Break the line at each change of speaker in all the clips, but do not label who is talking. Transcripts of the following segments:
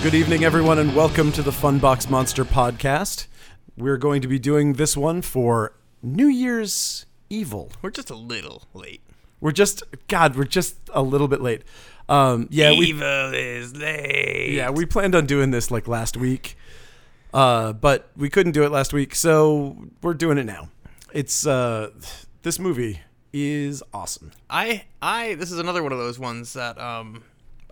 Good evening, everyone, and welcome to the Funbox Monster podcast. We're going to be doing this one for New Year's Evil.
We're just a little late.
We're just, God, we're just a little bit late. Um, yeah, we
Evil is late.
yeah we planned on doing this like last week, uh, but we couldn't do it last week, so we're doing it now. It's uh, this movie is awesome.
I I this is another one of those ones that um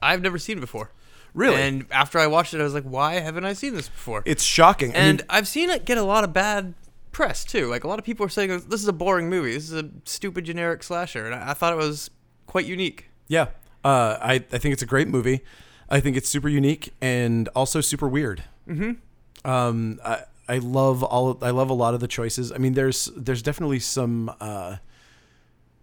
I've never seen before.
Really?
And after I watched it, I was like, why haven't I seen this before?
It's shocking. I mean,
and I've seen it get a lot of bad press too. Like a lot of people are saying this is a boring movie. This is a stupid generic slasher, and I, I thought it was quite unique.
Yeah, uh, I I think it's a great movie. I think it's super unique and also super weird. Mm-hmm. Um, I I love all I love a lot of the choices. I mean, there's there's definitely some uh,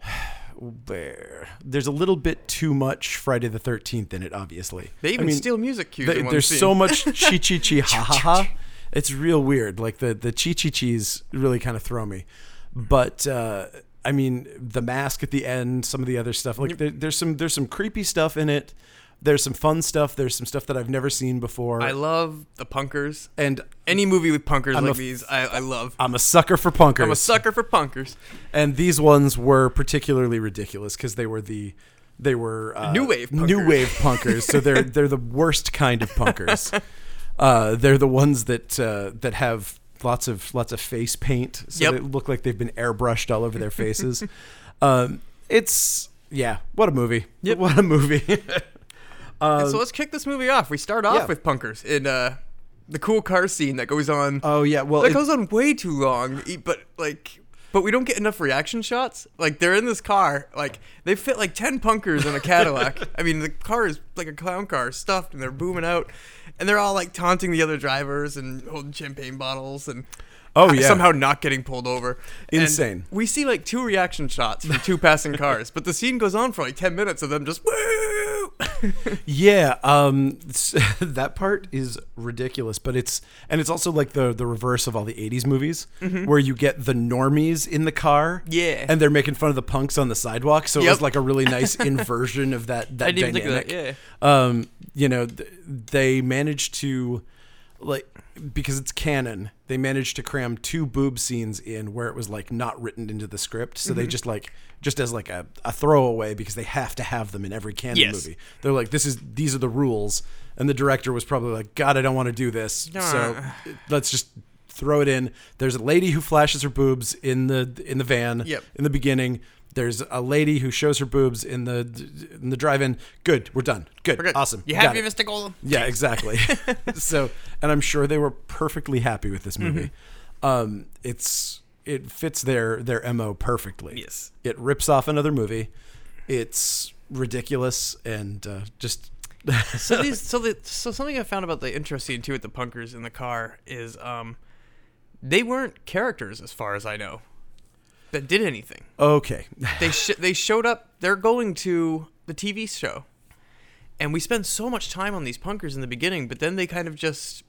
there there's a little bit too much Friday the Thirteenth in it. Obviously,
They even
I mean,
steal music cues.
th-
in one
there's
scene.
so much chi chi chi ha ha ha. It's real weird. Like the the chi chi chi's really kind of throw me. But uh, I mean, the mask at the end, some of the other stuff. Like there, there's some there's some creepy stuff in it. There's some fun stuff. There's some stuff that I've never seen before.
I love the punkers.
and
Any movie with punkers
a
like
f-
these, I, I love.
I'm a sucker for punkers.
I'm a sucker for punkers.
and these ones were particularly ridiculous because they were the they were uh,
New wave
new
punkers.
wave punkers. So they're they're the worst kind of punkers. uh, they're the ones that uh, that have lots of lots of face paint, so
Yep.
they look like they've been airbrushed all over their faces. um, it's yeah, what a movie! What a movie!
And so let's kick this movie off. We start off
Um, yeah.
with punkers in uh, the cool car scene that goes on.
oh yeah, well
that
it-
goes on way too long, e- but like, but we don't get enough reaction shots. Like they're in this car, like they fit like ten punkers in a Cadillac. I mean, the car is like a clown car, stuffed, and they're booming out, and they're all like taunting the other drivers and holding champagne bottles and.
Oh,
h-
yeah.
Somehow not getting pulled over. And
Insane.
we see like two reaction shots from two passing cars, but the scene goes on for like ten minutes of them just woo.
Yeah, um, s- that part is ridiculous, but it's and it's also like the the reverse of all the '80s movies, where you get the normies in the car,
Mm-hmm. Yeah.
and they're making fun of the punks on the sidewalk. So it was
Yep.
like a really nice inversion of that that
I didn't even think of
dynamic.
that, yeah.
Um, you know, th- they managed to like because it's canon, they managed to cram two boob scenes in where it was like not written into the script. So
Mm-hmm.
they just like just as like a, a throwaway because they have to have them in every canon
Yes.
movie. They're like, this is these are the rules, and the director was probably like, God, I don't want to do this, so
Nah.
let's just throw it in. There's a lady who flashes her boobs in the in the van
Yep.
in the beginning. There's a lady who shows her boobs in the in the drive-in. Good, we're done. Good,
We're good.
awesome.
You
Got
happy,
it.
Mr. Golem?
Yeah, exactly. so, and I'm sure they were perfectly happy with this movie.
Mm-hmm.
Um, it's it fits their their mo perfectly.
Yes.
it rips off another movie. It's ridiculous and uh, just
so these so the so something I found about the intro scene too with the punkers in the car is um they weren't characters as far as I know that did anything.
okay.
They sh- they showed up. They're going to the TV show, and we spend so much time on these punkers in the beginning, but then they kind of just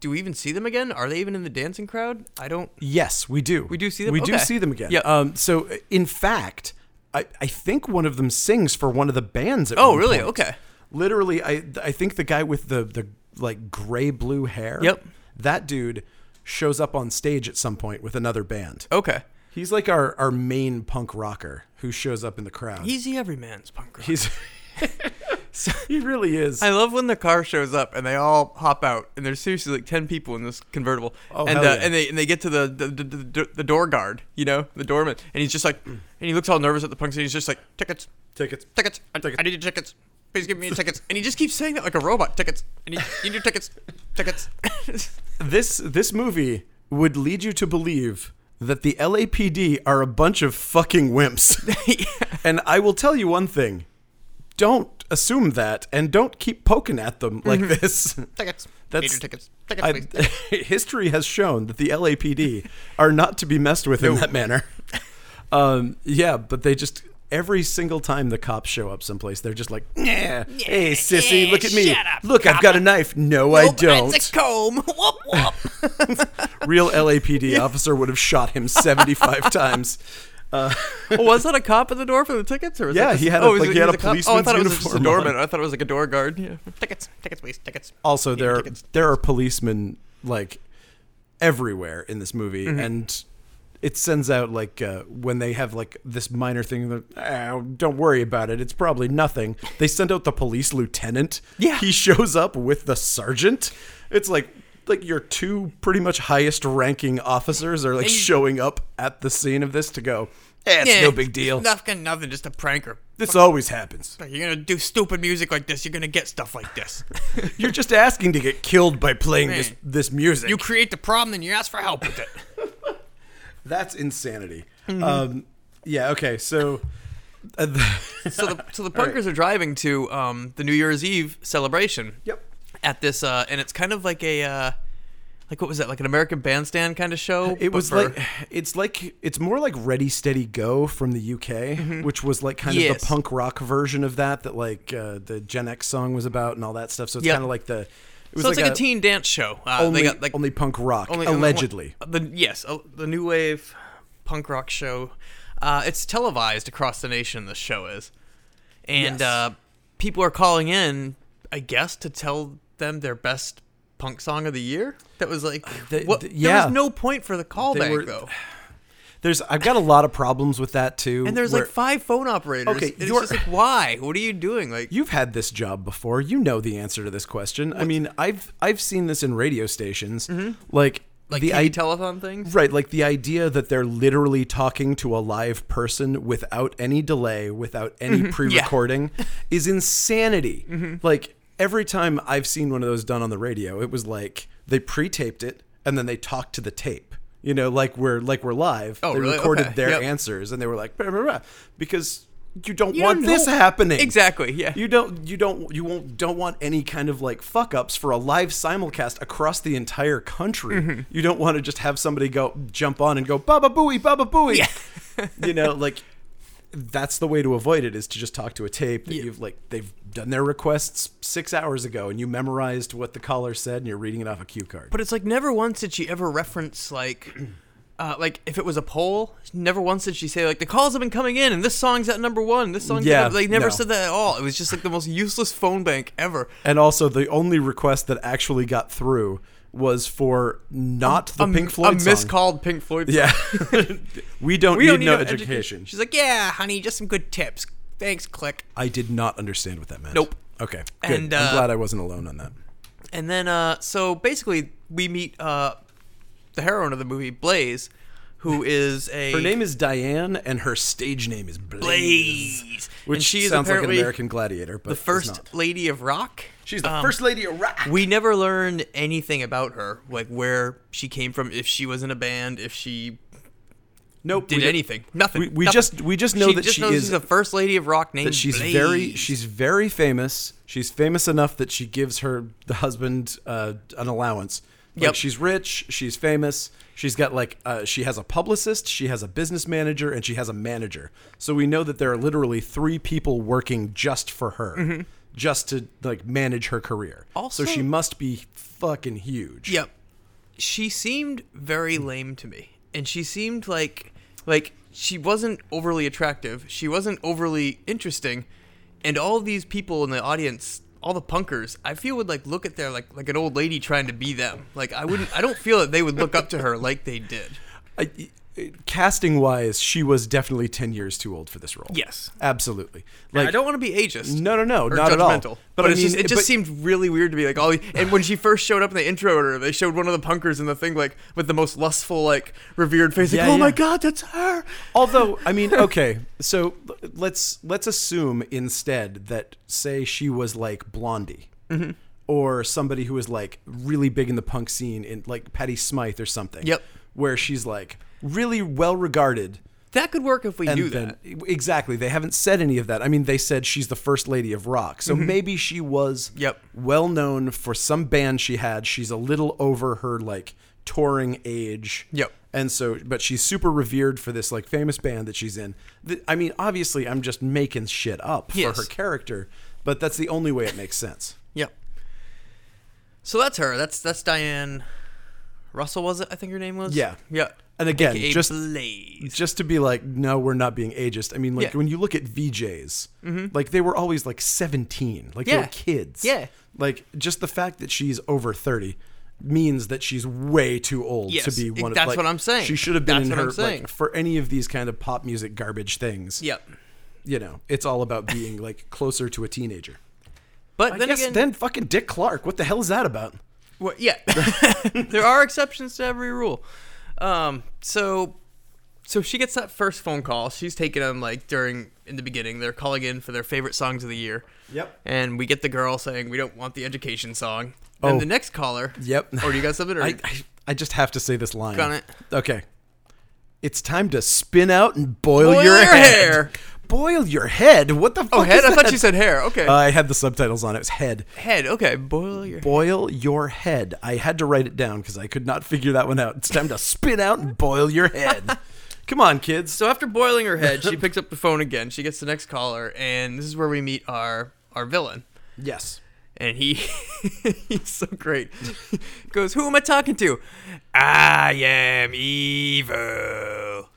do we even see them again? Are they even in the dancing crowd? I don't.
Yes, we do. We
do see them?
We do
Okay.
see them again.
Yeah.
Um. So, in fact, I I think one of them sings for one of the bands. At
Oh,
one
really?
point.
Okay.
Literally, I I think the guy with the the like gray blue hair.
Yep.
That dude shows up on stage at some point with another band.
Okay.
He's like our our main punk rocker who shows up in the crowd.
He's the everyman's punker.
He's he really is.
I love when the car shows up and they all hop out, and there's seriously like ten people in this convertible.
Oh,
and
hell
uh,
yeah.
and they and they get to the the, the the the door guard, you know, the doorman, and he's just like, and he looks all nervous at the punks, and he's just like, tickets,
Tickets.
tickets, I, I need your tickets, please give me your tickets, and he just keeps saying that like a robot, tickets, I need, need your tickets, tickets.
This this movie would lead you to believe that the LAPD are a bunch of fucking wimps. And I will tell you one thing. Don't assume that and don't keep poking at them like this.
Tickets.
That's-
need your Mm-hmm. tickets. Tickets,
I-
please.
history has shown that the LAPD are not to be messed with in that manner. Um, yeah, but they just every single time the cops show up someplace, they're just like, "Yeah, hey sissy,
yeah,
look at me.
shut up,
look, I've got a knife. No, I don't."
It's a comb. Whoop whoop.
Real LAPD officer would have shot him seventy-five times. Uh,
Oh, was that a cop at the door for the tickets? Or was
Yeah,
that just,
he had a-
oh, is
like,
it-
he had
he's
a
cop? Oh, I
policeman's
thought it was just a
uniform
doorman.
on.
I thought it was like a door guard. Yeah. Tickets, tickets, please, tickets.
also, there are,
tickets,
there are policemen like everywhere in this movie,
Mm-hmm.
and it sends out like uh, when they have like this minor thing. they're, "Ah, don't worry about it; it's probably nothing. They send out the police lieutenant.
Yeah.
he shows up with the sergeant. It's like like your two pretty much highest ranking officers are like showing up at the scene of this to go. Eh, it's no big deal.
Nothing, nothing, just a pranker.
This always happens.
You're gonna do stupid music like this. You're gonna get stuff like this.
You're just asking to get killed by playing this,
Man.
this music.
you create the problem, then you ask for help with it.
That's insanity.
Mm-hmm.
Um, yeah. Okay. So, uh, the-
so the so the punkers are driving to um, the New Year's Eve celebration.
yep.
At this, uh, and it's kind of like a uh, like what was that? Like an American Bandstand kind of show.
It
but
was
for-
like it's like it's more like Ready Steady Go from the UK, which was like kind of
Mm-hmm. Yes.
the punk rock version of that that like uh, the Gen X song was about and all that stuff. So it's
Yep.
kind of like the it was
so it's like, a, teen dance show. Uh,
only,
they got like
only punk rock
only- only-
allegedly.
the yes, uh, the new wave punk rock show. Uh, it's televised across the nation. The show is, and
Yes.
uh, people are calling in, I guess, to tell them their best punk song of the year. That was like,
Uh, the-
what?
the-
there
yeah.
was no point for the callback
were-
though.
There's I've got a lot of problems with that too.
And there's
where-
like five phone operators.
Okay,
and it's
you're-
just like, why? What are you doing? Like,
You've had this job before. You know the answer to this question. I mean, I've I've seen this in radio stations. Like,
Mm-hmm. like
the
TV
idea,
telethon things.
right? Like the idea that they're literally talking to a live person without any delay, without
Mm-hmm.
any pre-recording, is insanity. Like every time I've seen one of those done on the radio, it was like they pre-taped it and then they talked to the tape. You know, like we're like we're live.
Oh,
they
really?
recorded
Okay.
their
Yep.
answers and they were like "Blah, blah, blah," because you don't
You
want
don't
this
know-
happening
Exactly. Yeah.
you don't you don't you won't don't want any kind of like fuck ups for a live simulcast across the entire country. You don't want to just have somebody go jump on and go baba booey baba booey. you know, like that's the way to avoid it is to just talk to a tape that you've like they've done their requests 6 hours ago and you memorized what the caller said and you're reading it off a cue card.
But it's like never once did she ever reference like, uh, like if it was a poll, never once did she say like the calls have been coming in and this song's at number one, this song's
Yeah,
at, like never
no.
said that at all. It was just like the most useless phone bank ever.
and also the only request that actually got through was for not the
A-
Pink Floyd
a
song.
miscalled Pink Floyd.
yeah. we don't
we
need,
don't need
no
educa-
education.
She's like, yeah, honey, just some good tips. Thanks, click.
I did not understand what that meant.
Nope.
Okay. Good.
And, uh,
I'm glad I wasn't alone on that.
And then, uh, so basically, we meet uh, the heroine of the movie, Blaze, who is a
Her name is Diane, and her stage name is Blaze,
Blaze,
which
and she is
sounds like an
apparently
American gladiator. But
the
is not.
first lady of rock.
She's the
Um,
first lady of rock.
We never learned anything about her, like where she came from, if she was in a band, if she
nope.
did
we-
anything. Nothing.
We, we
nothing.
just we just know
she
that
just
she
knows
is
she's the first lady of rock named
that she's
Blaze.
very she's very famous. She's famous enough that she gives her the husband uh, an allowance. Like
Yep.
she's rich, she's famous. She's got like uh, she has a publicist, she has a business manager, and she has a manager. So we know that there are literally three people working just for her, just to like manage her career.
Mm-hmm. Also-
so she must be fucking huge.
Yep. She seemed very lame to me, and she seemed like like she wasn't overly attractive. She wasn't overly interesting, and all these people in the audience, all the punkers, I feel would like look at their like like an old lady trying to be them. Like I wouldn't. I don't feel that they would look up to her like they did.
I, casting wise, she was definitely ten years too old for this role.
Yes.
absolutely.
I don't want to be ageist.
No, no, no,
or
not at all.
judgmental. But,
I
it's just,
mean-
it just
but-
seemed really weird to me. Like all, the- and when she first showed up in the intro order, they showed one of the punkers in the thing like with the most lustful, like revered face. Like,
Yeah,
oh my
yeah.
god, that's her.
Although, I mean, okay, so l- let's let's assume instead that say she was like Blondie
Mm-hmm.
or somebody who was like really big in the punk scene, in like Patti Smythe or something.
Yep.
where she's like really well regarded.
That could work if we knew
then-
that.
Exactly. They haven't said any of that. I mean, they said she's the first lady of rock. So maybe she was
Mm-hmm. Yep.
well known for some band she had. She's a little over her like touring age.
Yep.
And so, but she's super revered for this like famous band that she's in. Th- I mean, obviously, I'm just making shit up
Yes.
for her character, but that's the only way it makes sense.
Yep. So that's her. That's that's Diane Russell was it? I think her name was.
Yeah.
Yeah.
And again,
AKA
just
Blaze.
just to be like, no, we're not being ageist. I mean, like
Yeah. Mm-hmm.
when you look at VJs, like they were always like 17, like they
Yeah.
were kids.
Yeah.
Like just the fact that she's over 30 means that she's way too old to
Yes,
be
it-
one of
that's
like,
what I'm saying.
She should have been
That's
in
what I'm
her
saying.
like for any of these kind of pop music garbage things.
Yep.
You know, it's all about being like closer to a teenager.
But
I
then
guess
again,
then fucking Dick Clark. What the hell is that about?
Well, yeah, there are exceptions to every rule. Um, so, so she gets that first phone call. She's taking them like during in the beginning. They're calling in for their favorite songs of the year.
Yep.
And we get the girl saying we don't want the education song. Then
Oh.
the next caller.
Yep.
Or do you got something? Or
I, I I just have to say this line.
Got it.
Okay. It's time to spin out and boil,
Boil
your,
your
head.
hair.
Boil your head. What the fuck?
oh, head.
is
I thought
that?
you said hair. Okay.
Uh, I had the subtitles on. It was head.
head. Okay. Boil your.
Boil your head. I had to write it down because I could not figure that one out. It's time to spin out and boil your head. Come on, kids.
So after boiling her head, she picks up the phone again. She gets the next caller, and this is where we meet our our villain.
Yes.
and he he's so great. He goes, "Who am I talking to?" I am evil.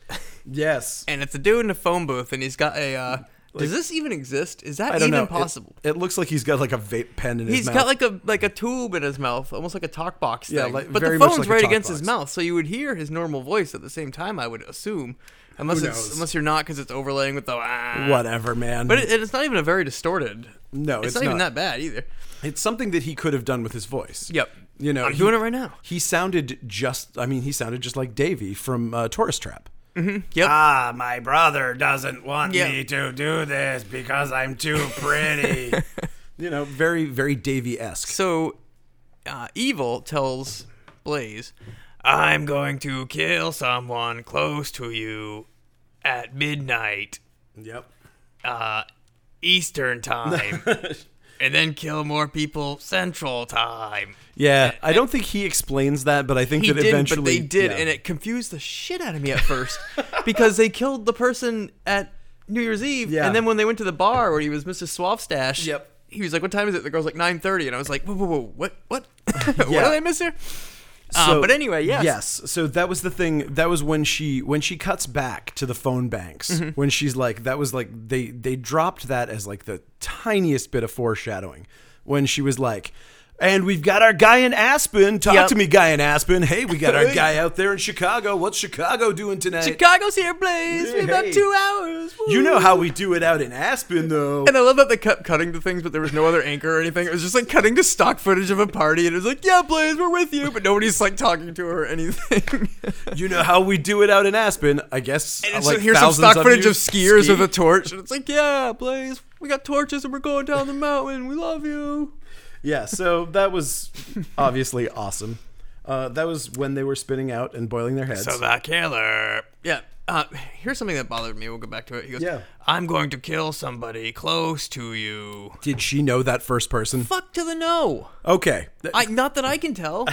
Yes.
And it's a dude in a phone booth, and he's got a. Uh, does this even exist? Is that
I don't
even
know. It-
possible?
It, looks like he's got like a vape pen in his
He's
mouth.
got like a like a tube in his mouth, almost like a talk box
Yeah,
thing.
like-
but the
very much
phone's
like a
right
talk
against his
box.
mouth, so you would hear his normal voice at the same time. I would assume, unless it's
knows?
unless you're not because it's overlaying with the ah.
whatever, man.
But it, and it's not even a very distorted.
No,
it's,
it's
not, even
not.
that bad either.
it's something that he could have done with his voice.
Yep.
You know,
I'm
he-
doing it right now.
He sounded just. I mean, he sounded just like Davy from uh, Tourist Trap.
Yep.
Ah, my brother doesn't want
Yeah.
me to do this because I'm too pretty. you know, very, very Davy esque.
So, uh, Evil tells Blaze, I'm going to kill someone close to you at midnight,
Yep.
uh, Eastern time, and then kill more people Central time.
Yeah, I don't think he explains that, but I think
He
that
did,
eventually
but they did,
yeah.
and it confused the shit out of me at first because they killed the person at New Year's Eve,
Yeah.
and then when they went to the bar where he was Mrs. Swavstash,
Yep.
he was like, "What time is it?" The girl's like, 9.30, and I was like, "Whoa, whoa, whoa, what, what, what did
Yeah.
I miss here?" Uh, but anyway, yes.
Yes. So that was the thing. That was when she when she cuts back to the phone banks.
Mm-hmm.
When she's like, that was like they they dropped that as like the tiniest bit of foreshadowing. When she was like, and we've got our guy in Aspen. Talk
Yep.
to me, guy in Aspen. Hey, we got our guy out there in Chicago. What's Chicago doing tonight?
Chicago's here, Blaze. We have
Hey.
got two hours. Woo.
you know how we do it out in Aspen, though.
And I love that they kept cutting to things, but there was no other anchor or anything. It was just like cutting to stock footage of a party, and it was like, "Yeah, Blaze, we're with you," but nobody's like talking to her or anything.
You know how we do it out in Aspen. I guess. uh,
and it's
like
like, here's some
thousands
stock footage
you
of skiers
ski.
with a torch, and it's like, "Yeah, Blaze, we got torches and we're going down the mountain. We love you."
yeah, so that was obviously awesome. Uh, that was when they were spinning out and boiling their heads.
that killer. Yeah. Uh, here's something that bothered me. We'll go back to it. He goes,
Yeah.
"I'm going to kill somebody close to you."
Did she know that first person?
Fuck to the no.
Okay. Th-
I not that I can tell.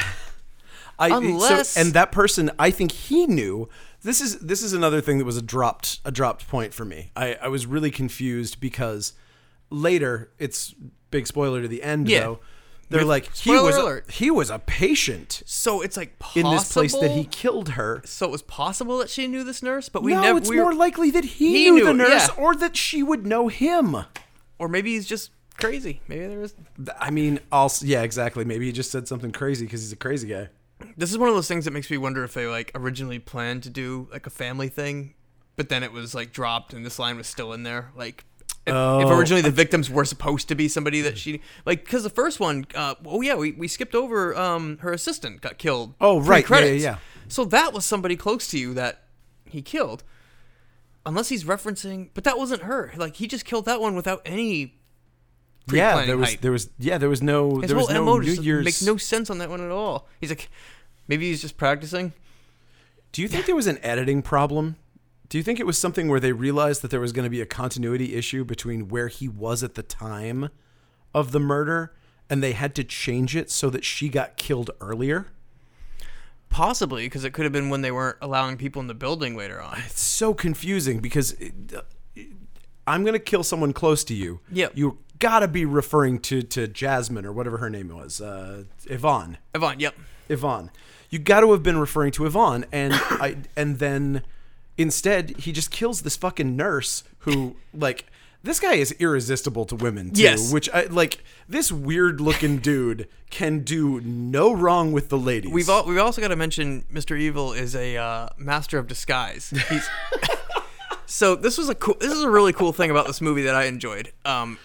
I- so-
unless-
and that person, I think he knew. This is this is another thing that was a dropped a dropped point for me. I, I was really confused because later it's big spoiler to the end
Yeah.
though. They're like he
spoiler
was a,
alert.
he was a patient
So it's like
in
possible.
this place that he killed her.
So it was possible that she knew this nurse, but we
no,
never.
it's
we
more likely that he,
He
knew,
knew
the
it,
nurse
yeah.
or that she would know him.
or maybe he's just crazy. Maybe there was.
Th- I mean, also yeah, exactly. Maybe he just said something crazy because he's a crazy guy.
This is one of those things that makes me wonder if they like originally planned to do like a family thing, but then it was like dropped and this line was still in there. Like, if, if
Oh.
originally the victims were supposed to be somebody that she like, because the first one, uh, oh yeah, we, we skipped over um her assistant got killed.
Oh,
Three
right. Yeah, yeah,
credits.
yeah.
So that was somebody close to you that he killed. Unless he's referencing, but that wasn't her. Like he just killed that one without any
Yeah,
pre-planning
there was
hype.
there was yeah there was no
His
there was
whole
no
MO
New
just
Year's.
makes no sense on that one at all. He's like, maybe he's just practicing.
Do you think there was an editing problem? Do you think it was something where they realized that there was going to be a continuity issue between where he was at the time of the murder and they had to change it so that she got killed earlier?
Possibly, because it could have been when they weren't allowing people in the building later on.
It's uh, so confusing because it, I'm going to kill someone close to you.
Yep.
You gotta be referring to to Jasmine or whatever her name was, uh, Yvonne.
Yvonne, yep.
Yvonne. You got to have been referring to Yvonne, and I and then instead he just kills this fucking nurse who like this guy is irresistible to women too,
Yes.
which I like. This weird looking dude can do no wrong with the ladies.
We've all, we've also got to mention Mr. Evil is a uh, master of disguise. He's so this was a cool. This is a really cool thing about this movie that I enjoyed. Um,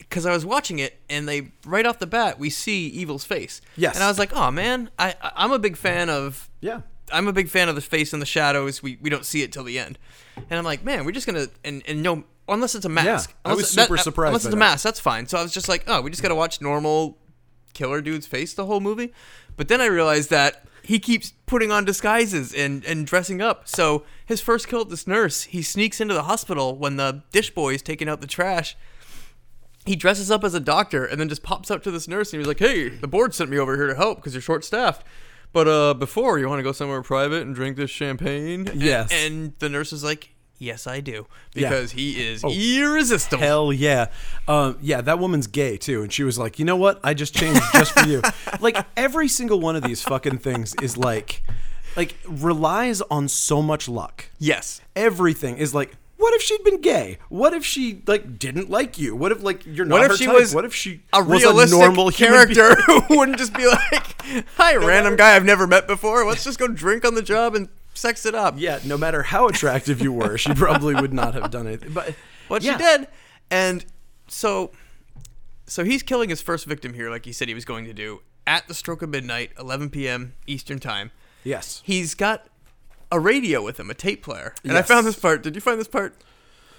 because I was watching it and they right off the bat we see Evil's face.
Yes.
And I was like, oh man, I I- I'm a big fan of
yeah.
I'm a big fan of the face in the shadows. We we don't see it till the end, and I'm like, man, we're just gonna and and no, unless it's a mask.
I
Unless
was
it- that- uh,
super surprised
Unless
by
it's
that.
a mask, that's fine. So I was just like, oh, we just gotta watch normal killer dude's face the whole movie. But then I realized that he keeps putting on disguises and and dressing up. So his first kill at this nurse, he sneaks into the hospital when the dish boy is taking out the trash. He dresses up as a doctor and then just pops up to this nurse and he's like, "Hey, the board sent me over here to help because you're short-staffed." But uh, before you want to go somewhere private and drink this champagne, And-
Yes.
And, the nurse is like, "Yes, I do,"
Yeah.
because he is irresistible.
Oh. Hell yeah. Um, yeah, that woman's gay too. And she was like, you know what? I just changed just for you. like every single one of these fucking things is like, like relies on so much luck.
Yes,
Everything is like, what if she'd been gay? What if she like didn't like you? What if like you're not
What if
her
she
type?
was
what if she
a
was
realistic
a normal human being?
character who wouldn't just be like, "Hi, random guy I've never met before. Let's just go drink on the job and sex it up."
Yeah, no matter how attractive you were, she probably would not have done it. But
but
yeah.
she did. And so, so he's killing his first victim here, like he said he was going to do, at the stroke of midnight, 11 p.m. Eastern time.
Yes.
He's got a radio with him, a tape player, and I
Yes.
found this part. Did you find this part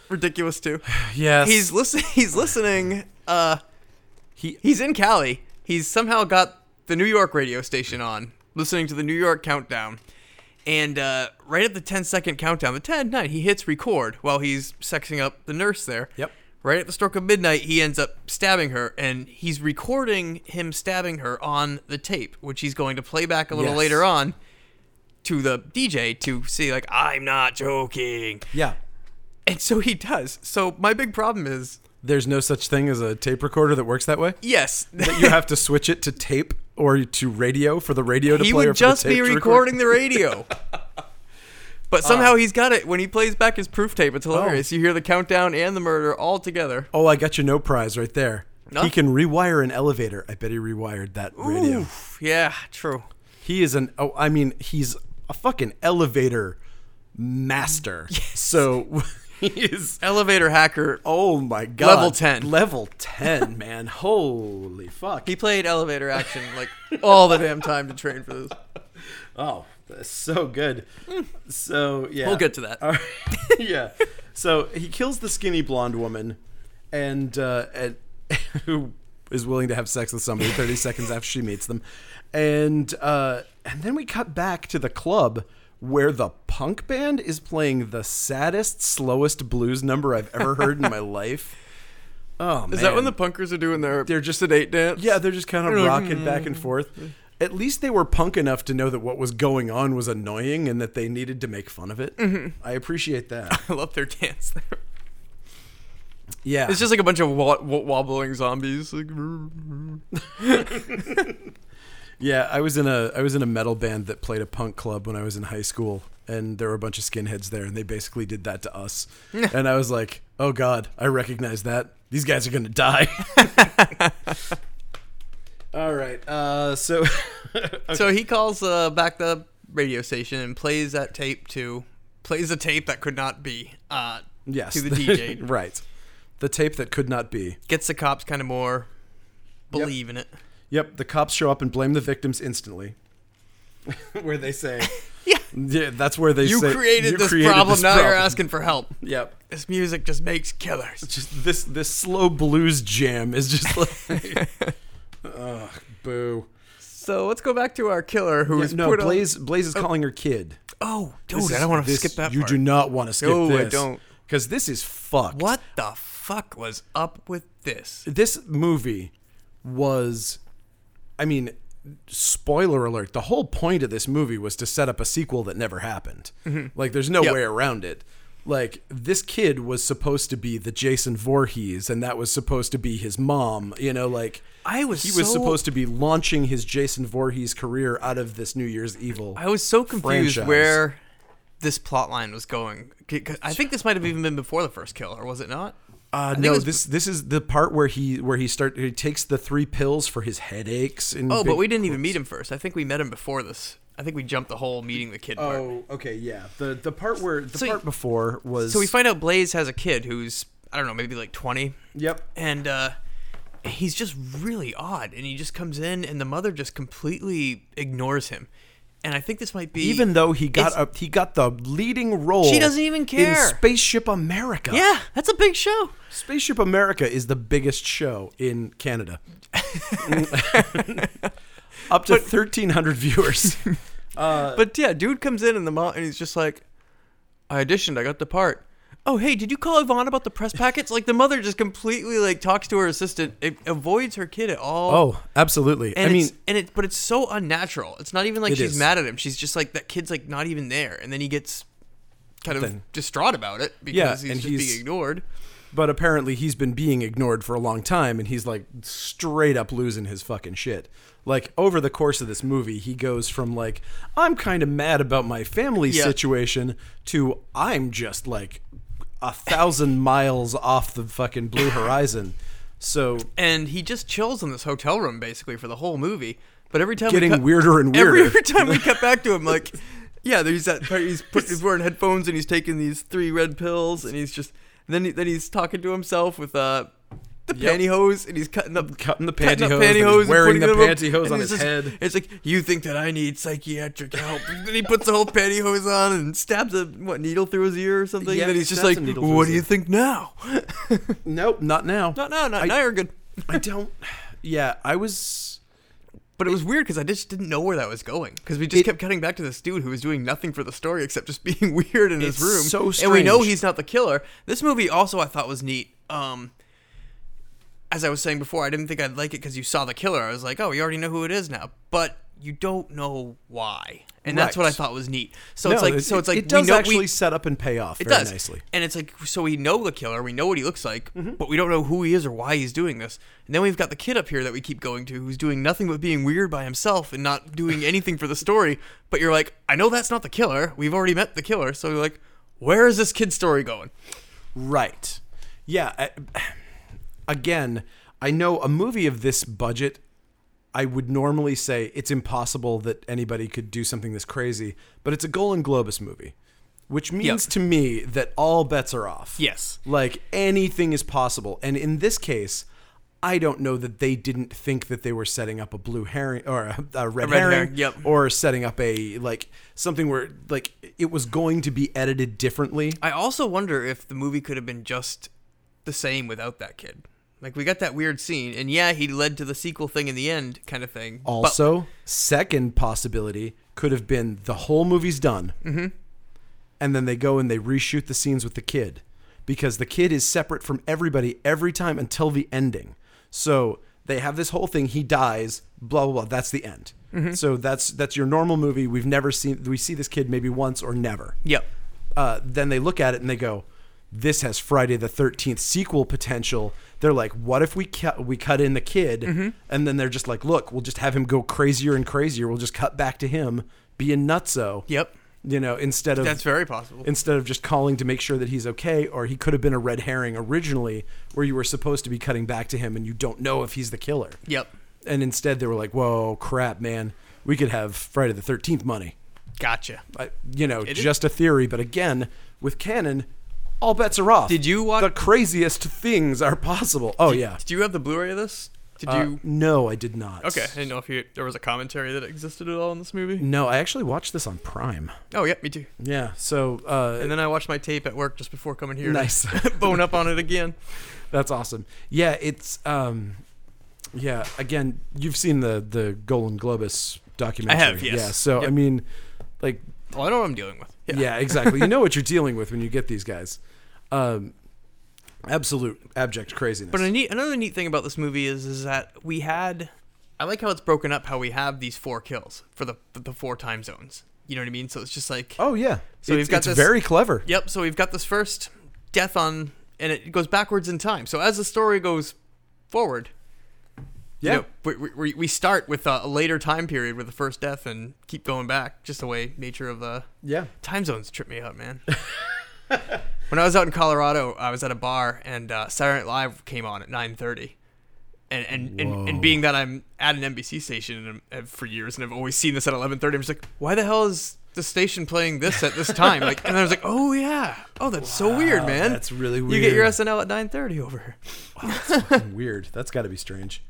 ridiculous too?
Yes.
He's listening. He's listening. Uh,
He-
he's in Cali. He's somehow got the New York radio station on, listening to the New York countdown. And uh, right at the 10 second countdown, the 10, 9, he hits record while he's sexing up the nurse there.
Yep.
Right at the stroke of midnight, he ends up stabbing her, and he's recording him stabbing her on the tape, which he's going to play back a little
Yes.
later on to the DJ to see, like, I'm not joking.
yeah.
And so he does. So my big problem is
There's no such thing as a tape recorder that works that way.
yes,
that you have to switch it to tape or to radio for the radio to
he
play. or
would
for the
just
tape
be
to record?
recording the radio. But somehow
Uh.
he's got it. When he plays back his proof tape, it's hilarious. You hear the countdown and the murder all together.
Oh, I got your no prize right there.
No?
He can rewire an elevator. I bet he rewired that radio.
Oof, yeah, true.
He is an oh, I mean, he's a fucking elevator master. So he is.
Elevator hacker.
Oh my god.
Level 10.
Level ten, man. Holy fuck.
He played elevator action like all the damn time to train for this.
Oh, that's so good. So yeah,
Hmm. We'll get to that.
All right. yeah. So he kills the skinny blonde woman, and uh, and who is willing to have sex with somebody 30 seconds after she meets them, and uh, and then we cut back to the club where the punk band is playing the saddest, slowest blues number I've ever heard in my life. Oh,
Is that when Mm-hmm. the punkers are doing their
They're
their
just-
sedate dance?
yeah, they're just kind of
like,
rocking back and forth. At least they were punk enough to know that what was going on was annoying and that they needed to make fun of it.
Mm-hmm.
I appreciate that.
I love their dance. There.
Yeah.
It's just like a bunch of wa- wa- wobbling zombies. Like,
yeah, I was in a I was in a metal band that played a punk club when I was in high school and there were a bunch of skinheads there and they basically did that to us. and I was like, "Oh god, I recognize that. These guys are going to die." All right. Uh so
So he calls uh, back the radio station and plays that tape to plays a tape that could not be. Uh,
yes.
To the DJ.
right. The tape that could not be.
gets the cops kind of more believe in it.
Yep, the cops show up and blame the victims instantly. where they say,
Yeah.
yeah, that's where they
You
say
created
"You
this
created
problem.
this
now you're
problem."
asking for help.
Yep,
This music just makes killers.
just this this slow blues jam is just like, Ugh, boo.
So let's go back to our killer who
Yeah,
was
no,
put on-
Blaze Blaze is calling her kid.
Oh, dude,
This
I
is-
don't want to
this-
skip that
You
part.
do not want to skip
No, I
this.
don't.
because this is fucked.
What the fuck was up with this?
this movie was i mean spoiler alert the whole point of this movie was to set up a sequel that never happened like there's no
Mm-hmm. Yep.
way around it like this kid was supposed to be the Jason Voorhees, and that was supposed to be his mom. You know, like
I was
he was
so-
supposed to be launching his Jason Voorhees career out of this New Year's Evil.
I was so confused
franchise.
where this plot line was going. 'Cause I think this might have even been before the first kill, or was it not?
Uh,
think
no,
it was-
this this is the part where he where he start he takes the three pills for his headaches. And
Oh, but
big-
we didn't even meet him first. I think we met him before this. I think we jumped the whole meeting the kid part.
Oh, okay, yeah. The the part where the
So-
part before was
So we find out Blaze has a kid who's I don't know, maybe like twenty,
Yep.
and uh, he's just really odd. And he just comes in, and the mother just completely ignores him. And I think this might be
Even though he got
It's-
a, he got the leading role.
She doesn't even care.
In Spaceship America.
yeah, that's a big show.
Spaceship America is the biggest show in Canada. Up to 1300 viewers.
But yeah, dude comes in and the mom and he's just like, I auditioned, I got the part. Oh hey, did you call Yvonne about the press packets? Like the mother just completely like talks to her assistant, it avoids her kid at all.
oh, absolutely.
and
I mean,
it's, and it, but it's so unnatural. It's not even like
It
she's
is.
mad at him. She's just like that kid's like not even there, and then he gets kind of
Then-
distraught about it because
Yeah,
he's
and
just
he's-
being ignored.
but apparently he's been being ignored for a long time and he's like straight up losing his fucking shit. Like over the course of this movie, he goes from like I'm kind of mad about my family
Yeah.
situation to I'm just like a thousand miles off the fucking blue horizon. So
And he just chills in this hotel room basically for the whole movie. But every time we
getting
cut-
weirder and weirder.
every, every time we cut back to him, like, yeah, there's that. part, He's, put, he's wearing headphones and he's taking these three red pills, and he's just and then he, then he's talking to himself with uh. The
Yep.
pantyhose, and he's cutting up
Cutting the
cutting up
pantyhose, and he's
pantyhose and
wearing
putting
the
them up,
pantyhose
and
on
it's
his
just-
head.
It's like you think that I need psychiatric help, and then he puts the whole pantyhose on and stabs a what needle through his ear or something.
Yeah,
and then
he
he's just
stabs
like,
a needle through
"What
his
do you
ear."
think now?"
Nope, not now.
no, no, no,
I-
now you're good.
I don't. Yeah, I was.
But it was weird because I just didn't know where that was going because we just
It-
kept cutting back to this dude who was doing nothing for the story except just being weird in
It's
his room.
so
And we know
strange.
he's not the killer. This movie also I thought was neat. Um, as I was saying before, I didn't think I'd like it because you saw the killer. I was like, oh, you already know who it is now, but you don't know why, and that's what I
Right.
thought was neat. So
no,
it's like,
it,
so it's like
it does
we know
actually
we,
set up and pay off
it
very
does.
nicely.
And it's like, so we know the killer, we know what he looks like, but we don't know who he is or why he's doing this. And then we've got the kid up here that we keep going to who's doing nothing but being weird by himself and not doing anything for the story. But you're like, I know that's not the killer. We've already met the killer. So you're like, where is this kid's story going?
Right. Yeah. I, again, I know a movie of this budget. I would normally say it's impossible that anybody could do something this crazy, but it's a Golden Globus movie, which means to me that all bets are off.
Yes.
Like anything is possible. And in this case, I don't know that they didn't think that they were setting up a blue herring or a, a red,
red
herring,
herring, yep.
or setting up a like something where like it was going to be edited differently.
I also wonder if the movie could have been just the same without that kid. Like, we got that weird scene, and yeah, he led to the sequel thing in the end, kind of thing. but-
Also, second possibility could have been the whole movie's done,
Mm-hmm.
and then they go and they reshoot the scenes with the kid because the kid is separate from everybody every time until the ending. So they have this whole thing. He dies. Blah blah blah. That's the end.
Mm-hmm.
So that's that's your normal movie. We've never seen. We see this kid maybe once or never.
yep.
Uh, then they look at it and they go, "This has Friday the Thirteenth sequel potential." They're like, "What if we cut we cut in the kid?"
Mm-hmm.
And then they're just like, "Look, we'll just have him go crazier and crazier. We'll just cut back to him being nutso."
Yep.
You know, instead of
That's very possible.
instead of just calling to make sure that he's okay, or he could have been a red herring originally, where you were supposed to be cutting back to him and you don't know if he's the killer.
yep.
And instead, they were like, "Whoa, crap, man, we could have Friday the Thirteenth money."
Gotcha.
I, you know,
is-
just a theory. But again, with canon, all bets are off.
Did you watch-
the craziest things are possible? Oh yeah.
Do you have the Blu-ray of this? Did
Uh,
you?
no, I did not.
Okay, I didn't know if you, there was a commentary that existed at all in this movie.
No, I actually watched this on Prime.
Oh yeah, me too.
Yeah. So uh,
And then I watched my tape at work just before coming here. to
nice.
bone up on it again.
That's awesome. Yeah, it's um, yeah. Again, you've seen the the Golden Globus documentary.
yes.
Yeah. So I
Yep.
mean, like
Well, I know what I'm dealing with. Yeah.
Yeah, exactly. you know what you're dealing with when you get these guys. Um, absolute abject craziness.
But a neat, another neat thing about this movie is is that we had. I like how it's broken up. How we have these four kills for the the four time zones. You know what I mean? So it's just like
Oh yeah.
So
it's,
we've got
it's
this-
very clever.
Yep. So we've got this first death on, and it goes backwards in time. So as the story goes forward, you
Yeah.
know, we- we, we, we start with a, a later time period with the first death and keep going back. Just the way nature of the
Yeah.
time zones trip me up, man. when I was out in Colorado, I was at a bar and uh, Saturday Night Live came on at nine thirty. And and, and
Whoa.
and being that I'm at an NBC station and I'm, uh, for years and I've always seen this at eleven thirty, I'm just like, why the hell is the station playing this at this time? Like, and I was like, oh yeah, oh that's so weird, man.
that's really
You get your
weird.
SNL at nine thirty over here.
Weird. That's got to be strange.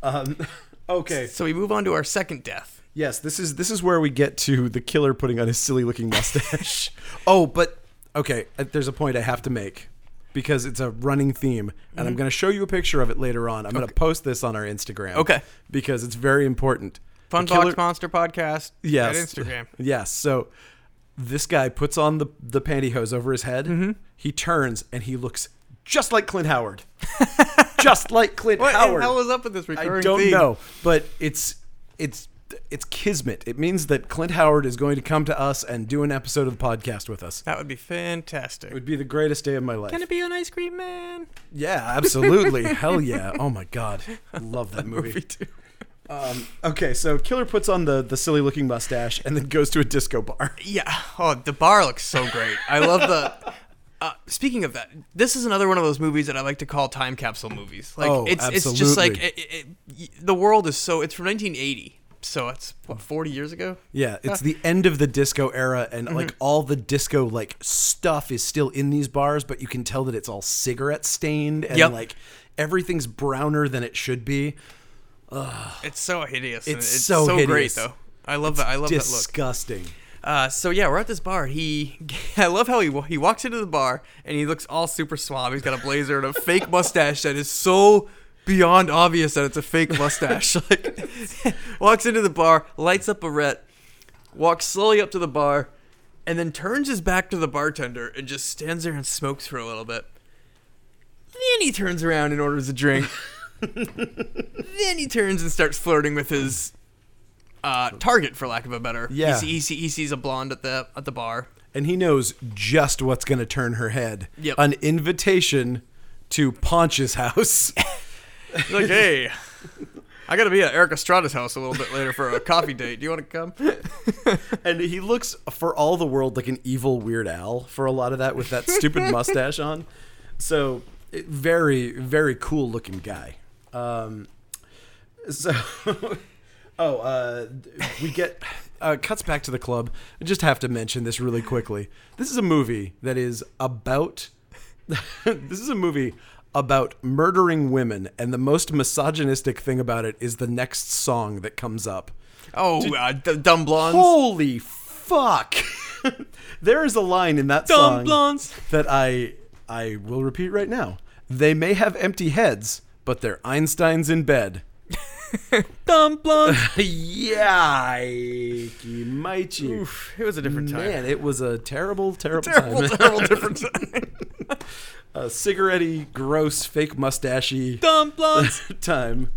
Um, okay.
So we move on to our second death.
Yes, this is this is where we get to the killer putting on his silly looking mustache. oh, but okay, uh, there's a point I have to make because it's a running theme, and
Mm-hmm.
I'm going to show you a picture of it later on. I'm going to post this on our Instagram.
Okay.
Because it's very important. The
Fun
killer-
Box Monster Podcast.
Yes.
At Instagram.
Yes. So this guy puts on the the pantyhose over his head.
Mm-hmm.
He turns and he looks just like Clint Howard. just like Clint
What the
Howard.
hell is up with this recurring
I don't
theme?
know, but it's it's it's kismet. It means that Clint Howard is going to come to us and do an episode of the podcast with us.
That would be fantastic.
It would be the greatest day of my life.
Can it be an ice cream man?
yeah, absolutely. Hell yeah. Oh my god. Love that movie.
too.
Um, okay, so Killer puts on the the silly looking mustache and then goes to a disco bar.
Yeah. Oh, the bar looks so great. I love the. Uh, speaking of that, this is another one of those movies that I like to call time capsule movies. Like
Oh,
it's it's just like
absolutely.
it, it, it, the world is so. It's from 1980, so it's what 40 years ago.
Yeah, it's the end of the disco era, and
Mm-hmm.
like all the disco like stuff is still in these bars, but you can tell that it's all cigarette stained and
Yep.
like everything's browner than it should be.
It's so hideous. and
It's so
great
hideous.
though. I love that. I love that look.
Disgusting.
Uh, so yeah, we're at this bar. He, I love how he wa- he walks into the bar and he looks all super suave. He's got a blazer and a fake mustache that is so beyond obvious that it's a fake mustache. like, walks into the bar, lights up a ret, walks slowly up to the bar, and then turns his back to the bartender and just stands there and smokes for a little bit. Then he turns around and orders a drink. then he turns and starts flirting with his uh, target, for lack of a better. He
Yeah.
see- He, see, he sees a blonde at the at the bar.
And he knows just what's going to turn her head.
Yep.
An invitation to Ponch's house.
He's like, hey, I gotta be at Eric Estrada's house a little bit later for a coffee date. Do you want to come?
and he looks, for all the world, like an evil Weird Al for a lot of that with that stupid mustache on. So, it- very, very cool looking guy. Um, so, oh, uh, we get. Uh, cuts back to the club. I just have to mention this really quickly. This is a movie that is about. this is a movie about murdering women, and the most misogynistic thing about it is the next song that comes up.
Oh, uh, d- dumb blondes.
Holy fuck! there is a line in that
dumb
song
blondes.
that I I will repeat right now. They may have empty heads, but they're Einsteins in bed.
Dumb blondes.
Yikey, mighty.
Oof, it was a different time.
Man, it was a terrible, terrible,
Terrible,
time.
terrible, different time.
A cigarette gross, fake mustachy
Dumb blondes.
time.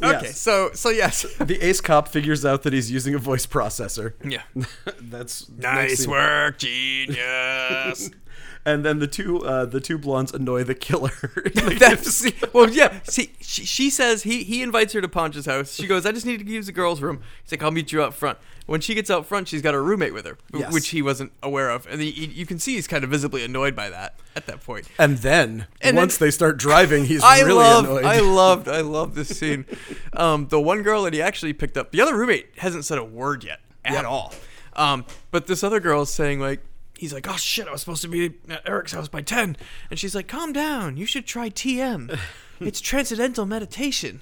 Okay,
Yes.
so so yes.
The ace cop figures out that he's using a voice processor.
Yeah.
That's next
Nice
scene.
work, genius.
And then the two uh, the two blondes annoy the killer.
That's see, well, yeah. See, she, she says he he invites her to Ponch's house. She goes, "I just need to use the girls' room." He's like, "I'll meet you out front." When she gets out front, she's got her roommate with her, w-
Yes.
which he wasn't aware of, and he, he- you can see he's kind of visibly annoyed by that at that point.
And then
And
once
then-
they start driving, he's
I
really
love,
annoyed.
I loved, I love this scene. um, the one girl that he actually picked up, the other roommate hasn't said a word yet at all. Um, but this other girl is saying like, he's like, oh shit, I was supposed to be at Eric's house by ten, and she's like, calm down, you should try TM. It's transcendental meditation.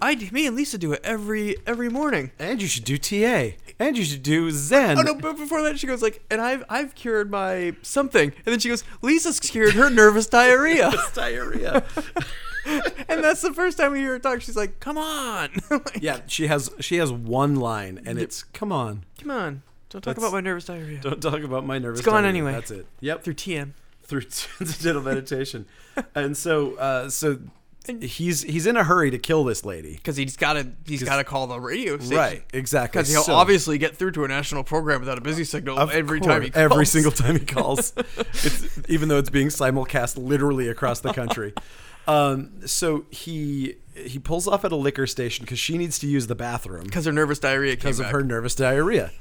I, me and Lisa do it every every morning.
and you should do TA. And you should do Zen.
Oh no! But before that, she goes like, and I've I've cured my something, and then she goes, Lisa's cured her nervous diarrhea.
diarrhea.
and that's the first time we hear her talk. She's like, "Come on, Like,
yeah, she has she has one line, and it's come on,
come on, don't talk
That's-
about my nervous diarrhea."
don't talk about my nervous.
gone
diarrhea."
anyway.
That's it. Yep.
Through TM,
Through transcendental meditation, and so uh, so he's he's in a hurry to kill this lady.
because he's got to he's got to call the radio station.
Right, exactly.
Because he'll
So-
obviously get through to a national program without a busy signal
Of
every
course,
time he calls.
every single time he calls, it's, even though it's being simulcast literally across the country. Um, so he he pulls off at a liquor station because she needs to use the bathroom
Because her nervous diarrhea came
because of
back.
her nervous diarrhea,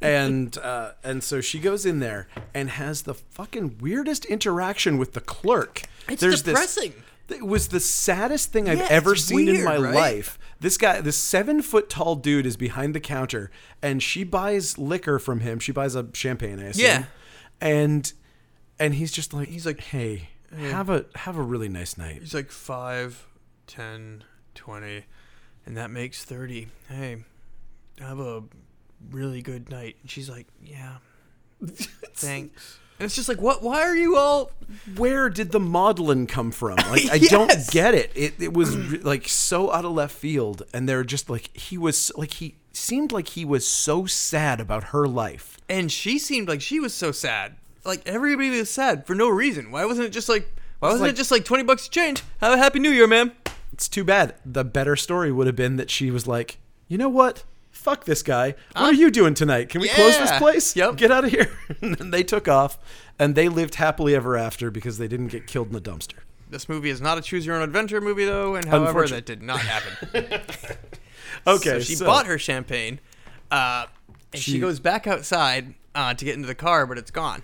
and uh, and so she goes in there and has the fucking weirdest interaction with the clerk.
It's
this-
depressing.
it was the saddest thing I've
Yeah,
ever
it's
seen in
weird,
my
right?
life. This guy, this seven foot tall dude, is behind the counter, and she buys liquor from him. She buys a champagne, I assume.
Yeah.
and and he's just like he's
like,
hey, have a have a really nice night.
He's like 5, 10, 20, and that makes 30. Hey, have a really good night. And she's like, yeah, thanks. And it's just like, what? Why are you all?
where did the maudlin come from? Like, I
Yes.
don't get it. It it was re- like so out of left field, and they're just like he was like he seemed like he was so sad about her life.
And she seemed like she was so sad. Like everybody was sad for no reason. Why wasn't it just like? Why wasn't
like-
it just like twenty bucks change? Have a happy New Year, ma'am.
It's too bad. The better story would have been that she was like, you know what? Fuck this guy. What are you doing tonight? Can we close this
Yeah.
place?
Yep.
Get out of here. and then they took off, and they lived happily ever after because they didn't get killed in the dumpster.
This movie is not a choose your own adventure movie though, and however
Unfortunate-
that did not happen.
Okay,
So she bought her champagne, uh, and she,
She-
goes back outside uh, to get into the car, but it's gone.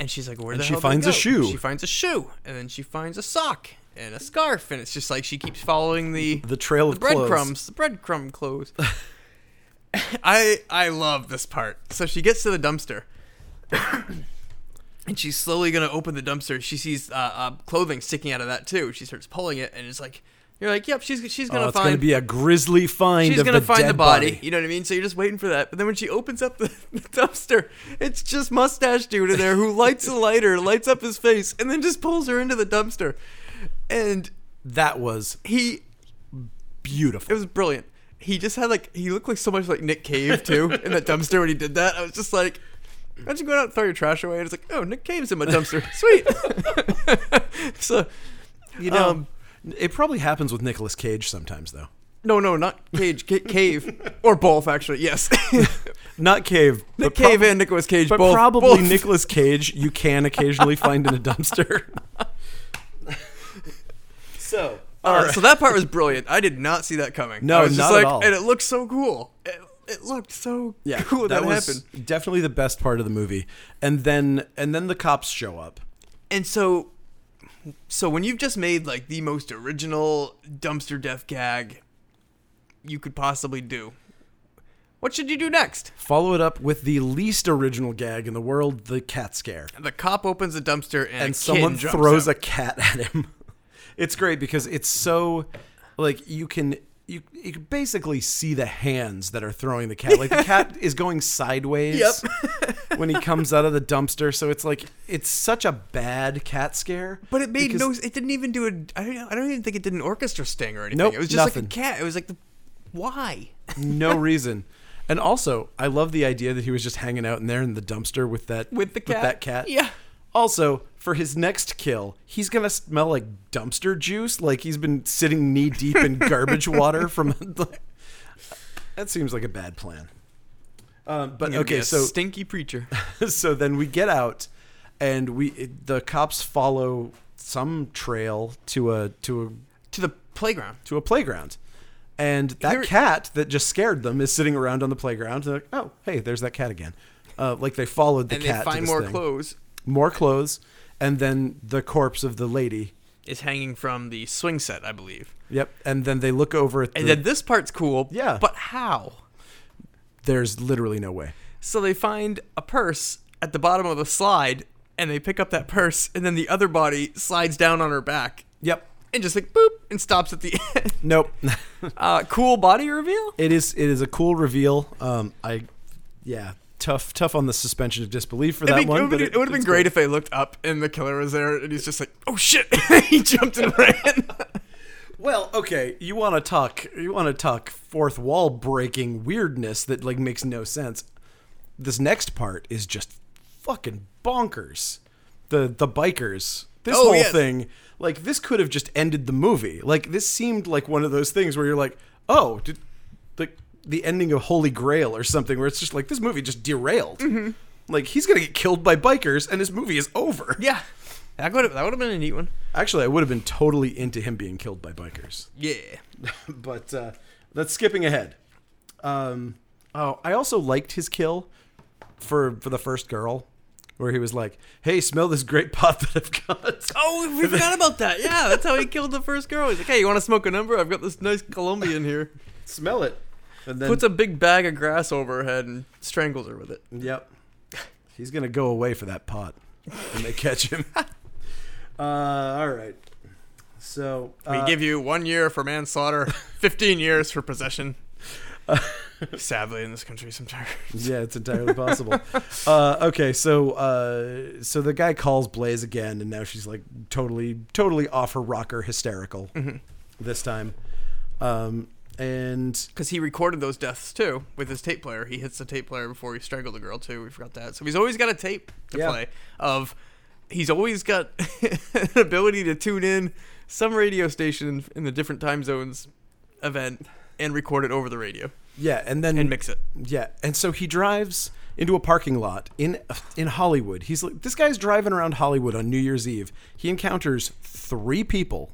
And she's like, "Where the
she
hell did it
finds a
go?"
shoe.
She finds a shoe, and then she finds a sock and a scarf, and it's just like she keeps following the
the trail
the
of clothes.
breadcrumbs, the breadcrumb clothes. I I love this part. So she gets to the dumpster, and she's slowly gonna open the dumpster. She sees uh, uh, clothing sticking out of that too. She starts pulling it, and it's like, you're like, yep, she's she's gonna
Oh, it's
find
going to be a grisly find.
She's
of
gonna
the
find the
dead
body, You know what I mean? So you're just waiting for that. But then when she opens up the, the dumpster, it's just mustache dude in there who lights a lighter, lights up his face, and then just pulls her into the dumpster. And
That was
he, it
beautiful.
was brilliant. He just had like he looked like so much like Nick Cave too in that dumpster when he did that. I was just like, imagine going out and throw your trash away. And it's like, oh, Nick Cave's in my dumpster. Sweet. so,
you
know-
it probably happens with Nicolas Cage sometimes, though.
no, no, not Cage, Ca- Cave, or both actually. Yes, Nick
Not Cave. but
Cave
prob-
and Nicolas Cage.
but
both,
probably
both.
Nicolas Cage. You can occasionally find in a dumpster. so, all
Uh,
right.
So that part was brilliant. I did not see that coming.
No,
I was just
not at
like,
all.
And it looked so cool. It, it looked so
yeah,
cool that,
that, was
happened.
definitely the best part of the movie. And then, and then the cops show up.
And so, so when you've just made like the most original dumpster death gag you could possibly do, what should you do next?
Follow it up with the least original gag in the world: the cat scare.
The cop opens a dumpster and,
and someone throws a cat at him. It's great because it's so like you can you you can basically see the hands that are throwing the cat. Like the cat is going sideways when he comes out of the dumpster. So it's like it's such a bad cat scare.
But it made
because-
no. It didn't even do a. I don't. know- I don't even think it did an orchestra sting or anything.
Nope,
it was just
nothing.
like a cat. It was like the. Why?
no reason. And also, I love the idea that he was just hanging out in there in the dumpster with that
With the cat.
that cat.
Yeah.
Also, for his next kill, he's gonna smell like dumpster juice, like he's been sitting knee deep in garbage water from. that seems like a bad plan. Um, but
Gonna be
okay,
a
so
stinky preacher.
so then we get out, and we it- the cops follow some trail to a to a
to the playground.
to a playground. And that
Here-
cat that just scared them is sitting around on the playground. They're like, oh, hey, there's that cat again. Uh, like they followed the
and
cat. to
they find
this
more
thing.
clothes
More clothes. And then the corpse of the lady.
is hanging from the swing set, I believe.
Yep. And then they look over at the.
And then this part's cool.
Yeah.
But how?
there's literally no way.
So they find a purse at the bottom of the slide, and they pick up that purse, and then the other body slides down on her back,
Yep.
and just like boop, and stops at the end.
Nope.
Uh, cool body reveal.
it is. It is a cool reveal. Um, I, yeah, tough, tough on the suspension of disbelief for that
It'd be-
one.
it would
but
have been,
it's
great if they looked up and the killer was there, and he's just like, "Oh shit!" he jumped and ran.
Well, okay, you want to talk you want to talk fourth wall breaking weirdness that like makes no sense. This next part is just fucking bonkers. The the bikers. this
Oh,
whole
yeah.
thing, like this could have just ended the movie. Like this seemed like one of those things where you're like, oh, did, like the ending of Holy Grail or something, where it's just like this movie just derailed.
Mm-hmm.
Like he's gonna get killed by bikers, and this movie is over.
Yeah, that would that would have been a neat one.
Actually, I would have been totally into him being killed by bikers
Yeah.
but uh, that's skipping ahead. Um, oh, I also liked his kill for for the first girl, where he was like, "Hey, smell this great pot that I've got."
Oh, we forgot about that. Yeah, that's how he killed the first girl. He's like, hey, you want to smoke a number? I've got this nice Colombian here.
smell it, and then
Puts a big bag of grass over her head and strangles her with it.
yep, he's gonna go away for that pot when they catch him. uh, all right, so
We
uh,
give you one year for manslaughter, 15 years for possession.
Uh,
Sadly, in this country, sometimes.
Yeah, it's entirely possible. uh, okay, so uh, so the guy calls Blaze again, and now she's like totally, totally off her rocker, hysterical this time. Um, and
Because he recorded those deaths too with his tape player. He hits the tape player before he strangled the girl too. We forgot that. So he's always got a tape to
Yeah.
play of. He's always got an ability to tune in some radio station in the different time zones event and record it over the radio
yeah, and then
and mix it.
yeah, and so he drives into a parking lot in in Hollywood. He's like, this guy's driving around Hollywood on New Year's Eve. He encounters three people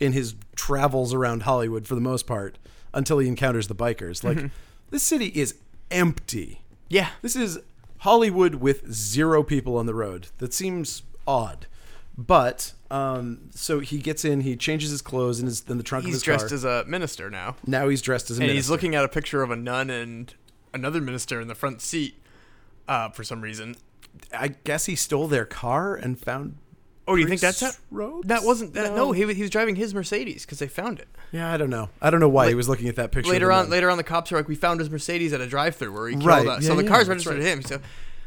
in his travels around Hollywood for the most part until he encounters the bikers. Like this city is empty.
Yeah.
This is Hollywood with zero people on the road. That seems odd. But um, so he gets in, he changes his clothes in, his, in the trunk of
He's
his
dressed
car.
as a minister now.
now he's dressed as a
and
minister.
he's looking at a picture of a nun and another minister in the front seat uh, for some reason.
I guess he stole their car and found.
Oh, you think that's
priest's
that?
robes?
That wasn't that.
No.
No, he, wa- he was driving his Mercedes because they found it
Yeah, I don't know. I don't know why he was looking at that picture. of
later
the
on.
nun.
Later on, the cops are like, "We found his Mercedes at a drive-through where he killed
Right,
us."
yeah,
so the
yeah,
car's
that's
registered to him. So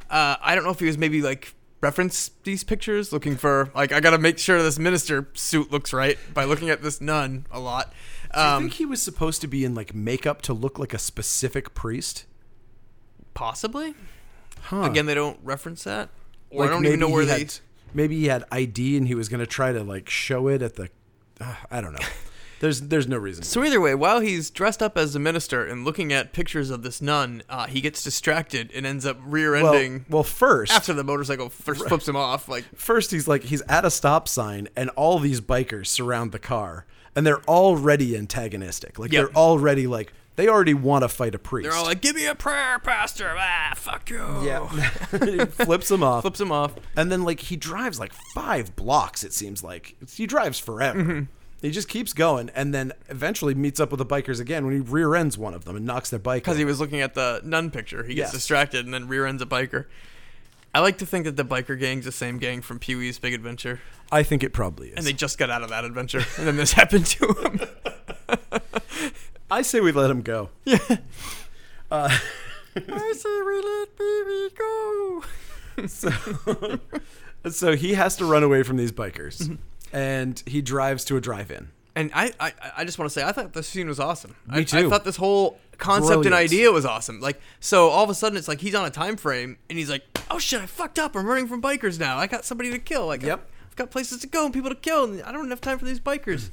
uh, I don't know if he was maybe like reference these pictures looking for like I gotta make sure this minister suit looks right by looking at this nun a lot.
I
Um,
think he was supposed to be in like makeup to look like a specific priest.
possibly.
Huh.
Again, they don't reference that, or
Like,
I don't even know
maybe
where
he
they.
had- Maybe he had ID and he was going to try to like show it at the. Uh, I don't know. There's there's no reason.
So either way, while he's dressed up as a minister and looking at pictures of this nun, uh, he gets distracted and ends up rear-ending
Well, well, first,
after the motorcycle first flips him off. Like,
first he's like he's at a stop sign, and all these bikers surround the car, and they're already antagonistic. Like
Yep.
they're already like they already want to fight a priest.
they're all like, "Give me a prayer, pastor!" Ah, fuck you!
yeah, He flips them off,
flips him off.
and then like he drives like five blocks. It seems like he drives forever.
Mm-hmm.
He just keeps going, and then eventually meets up with the bikers again when he rear ends one of them and knocks their bike.
Because
over.
he was looking at the nun picture, he gets
Yes.
distracted and then rear-ends a biker. I like to think that the biker gang's the same gang from Pee Wee's Big Adventure,
I think it probably is.
and they just got out of that adventure, and then this happened to him.
I say we let him go. Uh,
I say we let baby go.
So, so he has to run away from these
Mm-hmm.
bikers, and he drives to a drive-in.
And I, I, I just want to say, I thought this scene was awesome. I,
too.
I thought this whole concept and
Brilliant.
idea was awesome. Like, so all of a sudden, it's like he's on a time frame, and he's like, "Oh shit, I fucked up. I'm running from bikers now. I got somebody to kill. Like,
Yep.
I've got places to go and people to kill, and I don't have enough time for these bikers."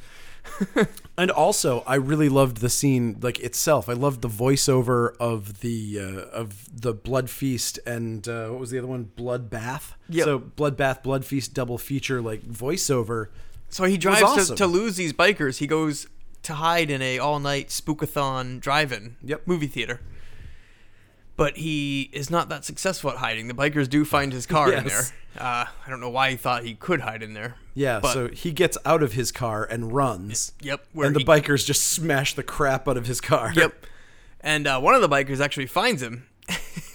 And also, I really loved the scene, like itself. I loved the voiceover of the uh, of the blood feast and uh, what was the other one? Blood bath.
Yep.
So blood bath, blood feast, double feature, like voiceover.
So he drives
awesome.
to, to lose these bikers. He goes to hide in a all-night spookathon drive-in
Yep.
movie theater. But he is not that successful at hiding. The bikers do find his car in there.
Yes.
Uh, I don't know why he thought he could hide in there.
Yeah.
But-
so he gets out of his car and runs.
Yep. Where
And the
he-
bikers just smash the crap out of his car.
Yep. And uh, one of the bikers actually finds him,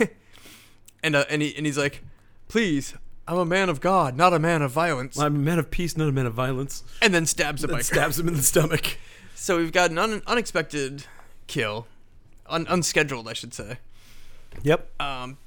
and uh, and he and he's like, "Please, I'm a man of God, not a man of violence."
I'm a man of peace, not a man of violence.
And then stabs the
And
biker.
stabs him in the stomach.
so we've got an un- unexpected kill, un- unscheduled, I should say.
Yep.
Um,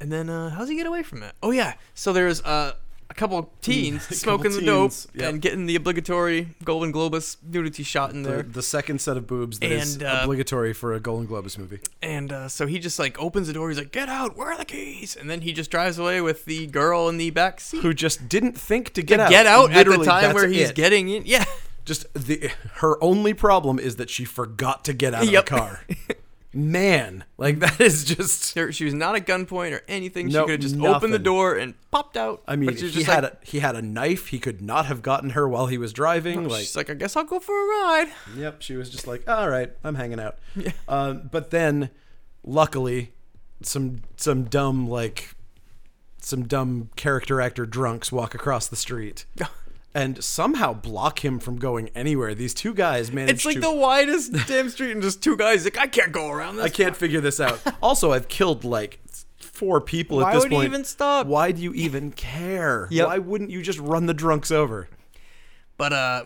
and then uh, how's he get away from it? Oh yeah. So there's uh, a a couple teens
Couple
smoking the
teens,
dope
yep.
and getting the obligatory Golden Globus nudity shot in
The,
there.
the second set of boobs that is
And, uh,
obligatory for a Golden Globus movie.
And uh, so he just like opens the door. He's like, "Get out! Where are the keys?" And then he just drives away with the girl in the back seat.
Who just didn't think to get out.
Get out at the
Literally,
time
that's
where he's
it.
getting in. Yeah.
Just the her only problem is that she forgot to get out of
Yep.
the car. Man, like that is just.
There, she was not at gunpoint or anything. she
Nope,
could have just
nothing.
opened the door and popped out.
I mean,
But
he
she's just
had
like,
a, he had a knife. He could not have gotten her while he was driving. Like,
She's like, I guess I'll go for a ride.
Yep, she was just like, "All right, I'm hanging out." Um, but then, luckily, some some dumb like some dumb character actor drunks walk across the street and somehow block him from going anywhere. These two guys manage
It's like
to.
the widest damn street, and just two guys like, I can't go around this.
I can't figure this out. also, I've killed like four people
Why
at this
would he
point.
even stop?
Why do you even care?
Yep.
Why wouldn't you just run the drunks over?
But uh,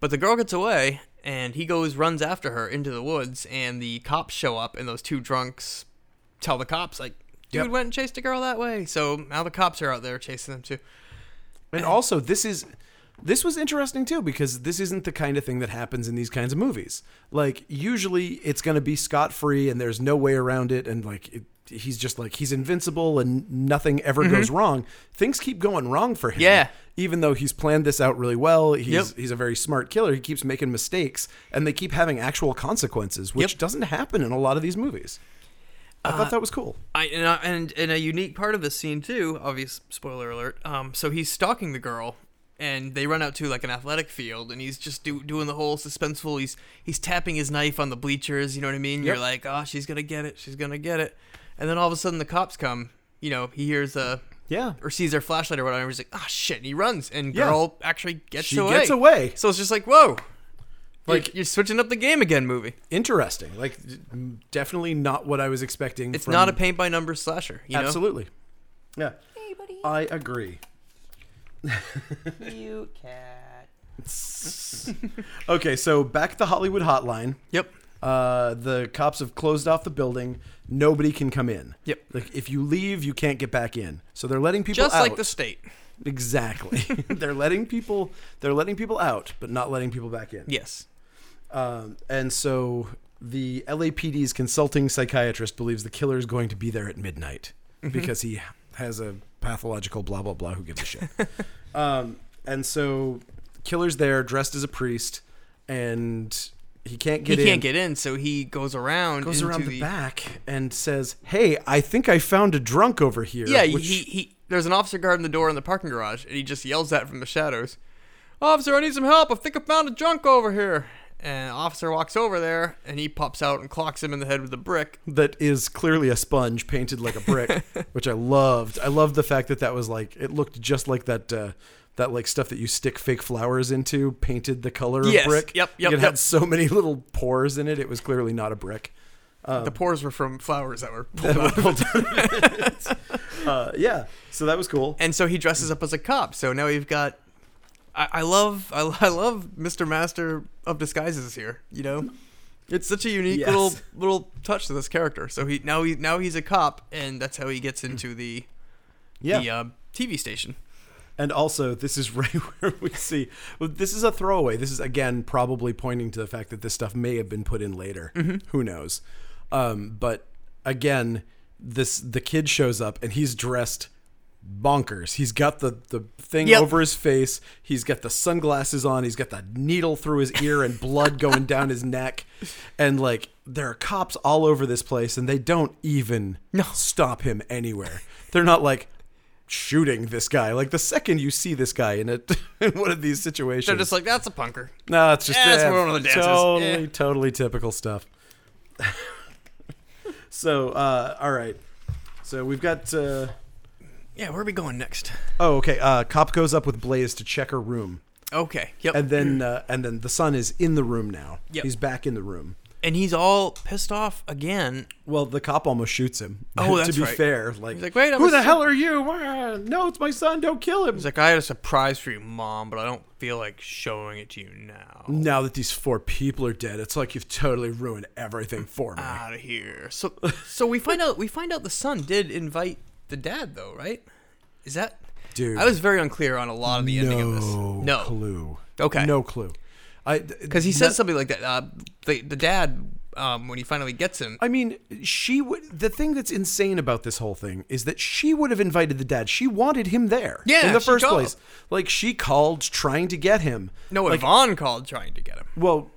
but the girl gets away, and he goes runs after her into the woods, and the cops show up, and those two drunks tell the cops like, dude
Yep.
went and chased a girl that way. So now the cops are out there chasing them too.
And also, this is this was interesting too because this isn't the kind of thing that happens in these kinds of movies. Like usually, it's going to be scot free, and there's no way around it. And like it, he's just like he's invincible, and nothing ever goes wrong. Things keep going wrong for him.
Mm-hmm. Yeah.
Even though he's planned this out really well, he's he's a very smart killer. He keeps making mistakes, and they keep having actual consequences, which
Yep. Uh,
doesn't happen in a lot of these movies. I thought that was cool.
I and, I- and and a unique part of this scene too. Obvious spoiler alert. Um, so he's stalking the girl, and they run out to like an athletic field, and he's just do, doing the whole suspenseful. He's he's tapping his knife on the bleachers. You know what I mean? You're
Yep.
like, oh, she's gonna get it. She's gonna get it. And then all of a sudden, the cops come. You know, he hears a
Yeah.
or sees their flashlight or whatever. He's like, oh shit, and he runs. And
Yeah.
girl actually gets
She
away.
gets away.
So it's just like, whoa, like
Like-
you're, switching up the game again, movie.
Interesting. Like definitely not what I was expecting.
It's
from-
not a paint by numbers slasher. You know?
Absolutely. Yeah. I agree.
You cat.
okay, so back at the Hollywood hotline.
Yep.
Uh, the cops have closed off the building. Nobody can come in.
Yep.
Like if you leave, you can't get back in. So they're letting people
Just
out.
like the state.
Exactly. they're letting people they're letting people out, but not letting people back in.
Yes.
Um, and so the LAPD's consulting psychiatrist believes the killer is going to be there at midnight
Mm-hmm.
because he has a pathological blah blah blah. Who gives a shit? um, and so killer's there dressed as a priest, and he can't get
he
in.
can't get in, so he goes around.
goes
into
around the,
the
back and says, "Hey, I think I found a drunk over here."
Yeah,
which-
he, he there's an officer guarding the door in the parking garage, and he just yells that from the shadows. Officer, I need some help. I think I found a drunk over here. And officer walks over there, and he pops out and clocks him in the head with a brick.
that is clearly a sponge painted like a brick, which I loved. I loved the fact that that was like it looked just like that uh, that like stuff that you stick fake flowers into, painted the color of
Yes.
brick.
Yep,
Like,
yep,
It
yep.
had so many little pores in it. It was clearly not a brick. Oh.
the pores were from flowers that were pulled out.
uh, yeah, so that was cool.
And so he dresses up as a cop. So now we've got. I, I love I, I love Mr. Master of Disguises here. You know, it's such a unique
Yes.
little little touch to this character. So he now he now he's a cop, and that's how he gets into the
Yeah,
the uh, TV station.
and also this is right where we see. Well, this is a throwaway. This is again probably pointing to the fact that this stuff may have been put in later. Who knows? Um, but again, this the kid shows up and he's dressed bonkers. He's got the the thing
Yep.
over his face. He's got the sunglasses on. He's got the needle through his ear and blood going down his neck. And like there are cops all over this place and they don't even stop him anywhere. They're not like shooting this guy. Like the second you see this guy in it in one of these situations,
They're just like that's a punker.
no, it's just
Yeah, that's one of the dances.
Totally,
Yeah.
totally typical stuff. so, uh, all right. So we've got. Uh,
Yeah, where are we going next?
oh, okay. Uh, cop goes up with Blaze to check her room,
Okay, yep.
and
And,
then uh, and then the son is in the room now.
Yep.
He's back in the room.
he's all pissed off again.
Well, the cop almost shoots him.
Oh,
to
that's
be
right.
fair, like,
He's like, "Wait, I'm
who
a
the
son."
hell are you? Ah, No, it's my son. Don't kill him.
He's like, I had a surprise for you, mom, but I don't feel like showing it to you now.
now that these four people are dead, it's like you've totally ruined everything for me.
Out of here. So, so we find out we find out the son did invite the dad though, right? Is that
Dude.
I was very unclear on a lot of the ending of this.
No
No,
clue.
Okay.
No clue. I
because he
no-
says something like that. Uh, the the dad, um, when he finally gets him,
I mean, she would. The thing that's insane about this whole thing is that she would have invited the dad. She wanted him there.
Yeah,
in the
she
first
called.
place. Like she called trying to get him.
no,
like,
Yvonne called trying to get him.
well,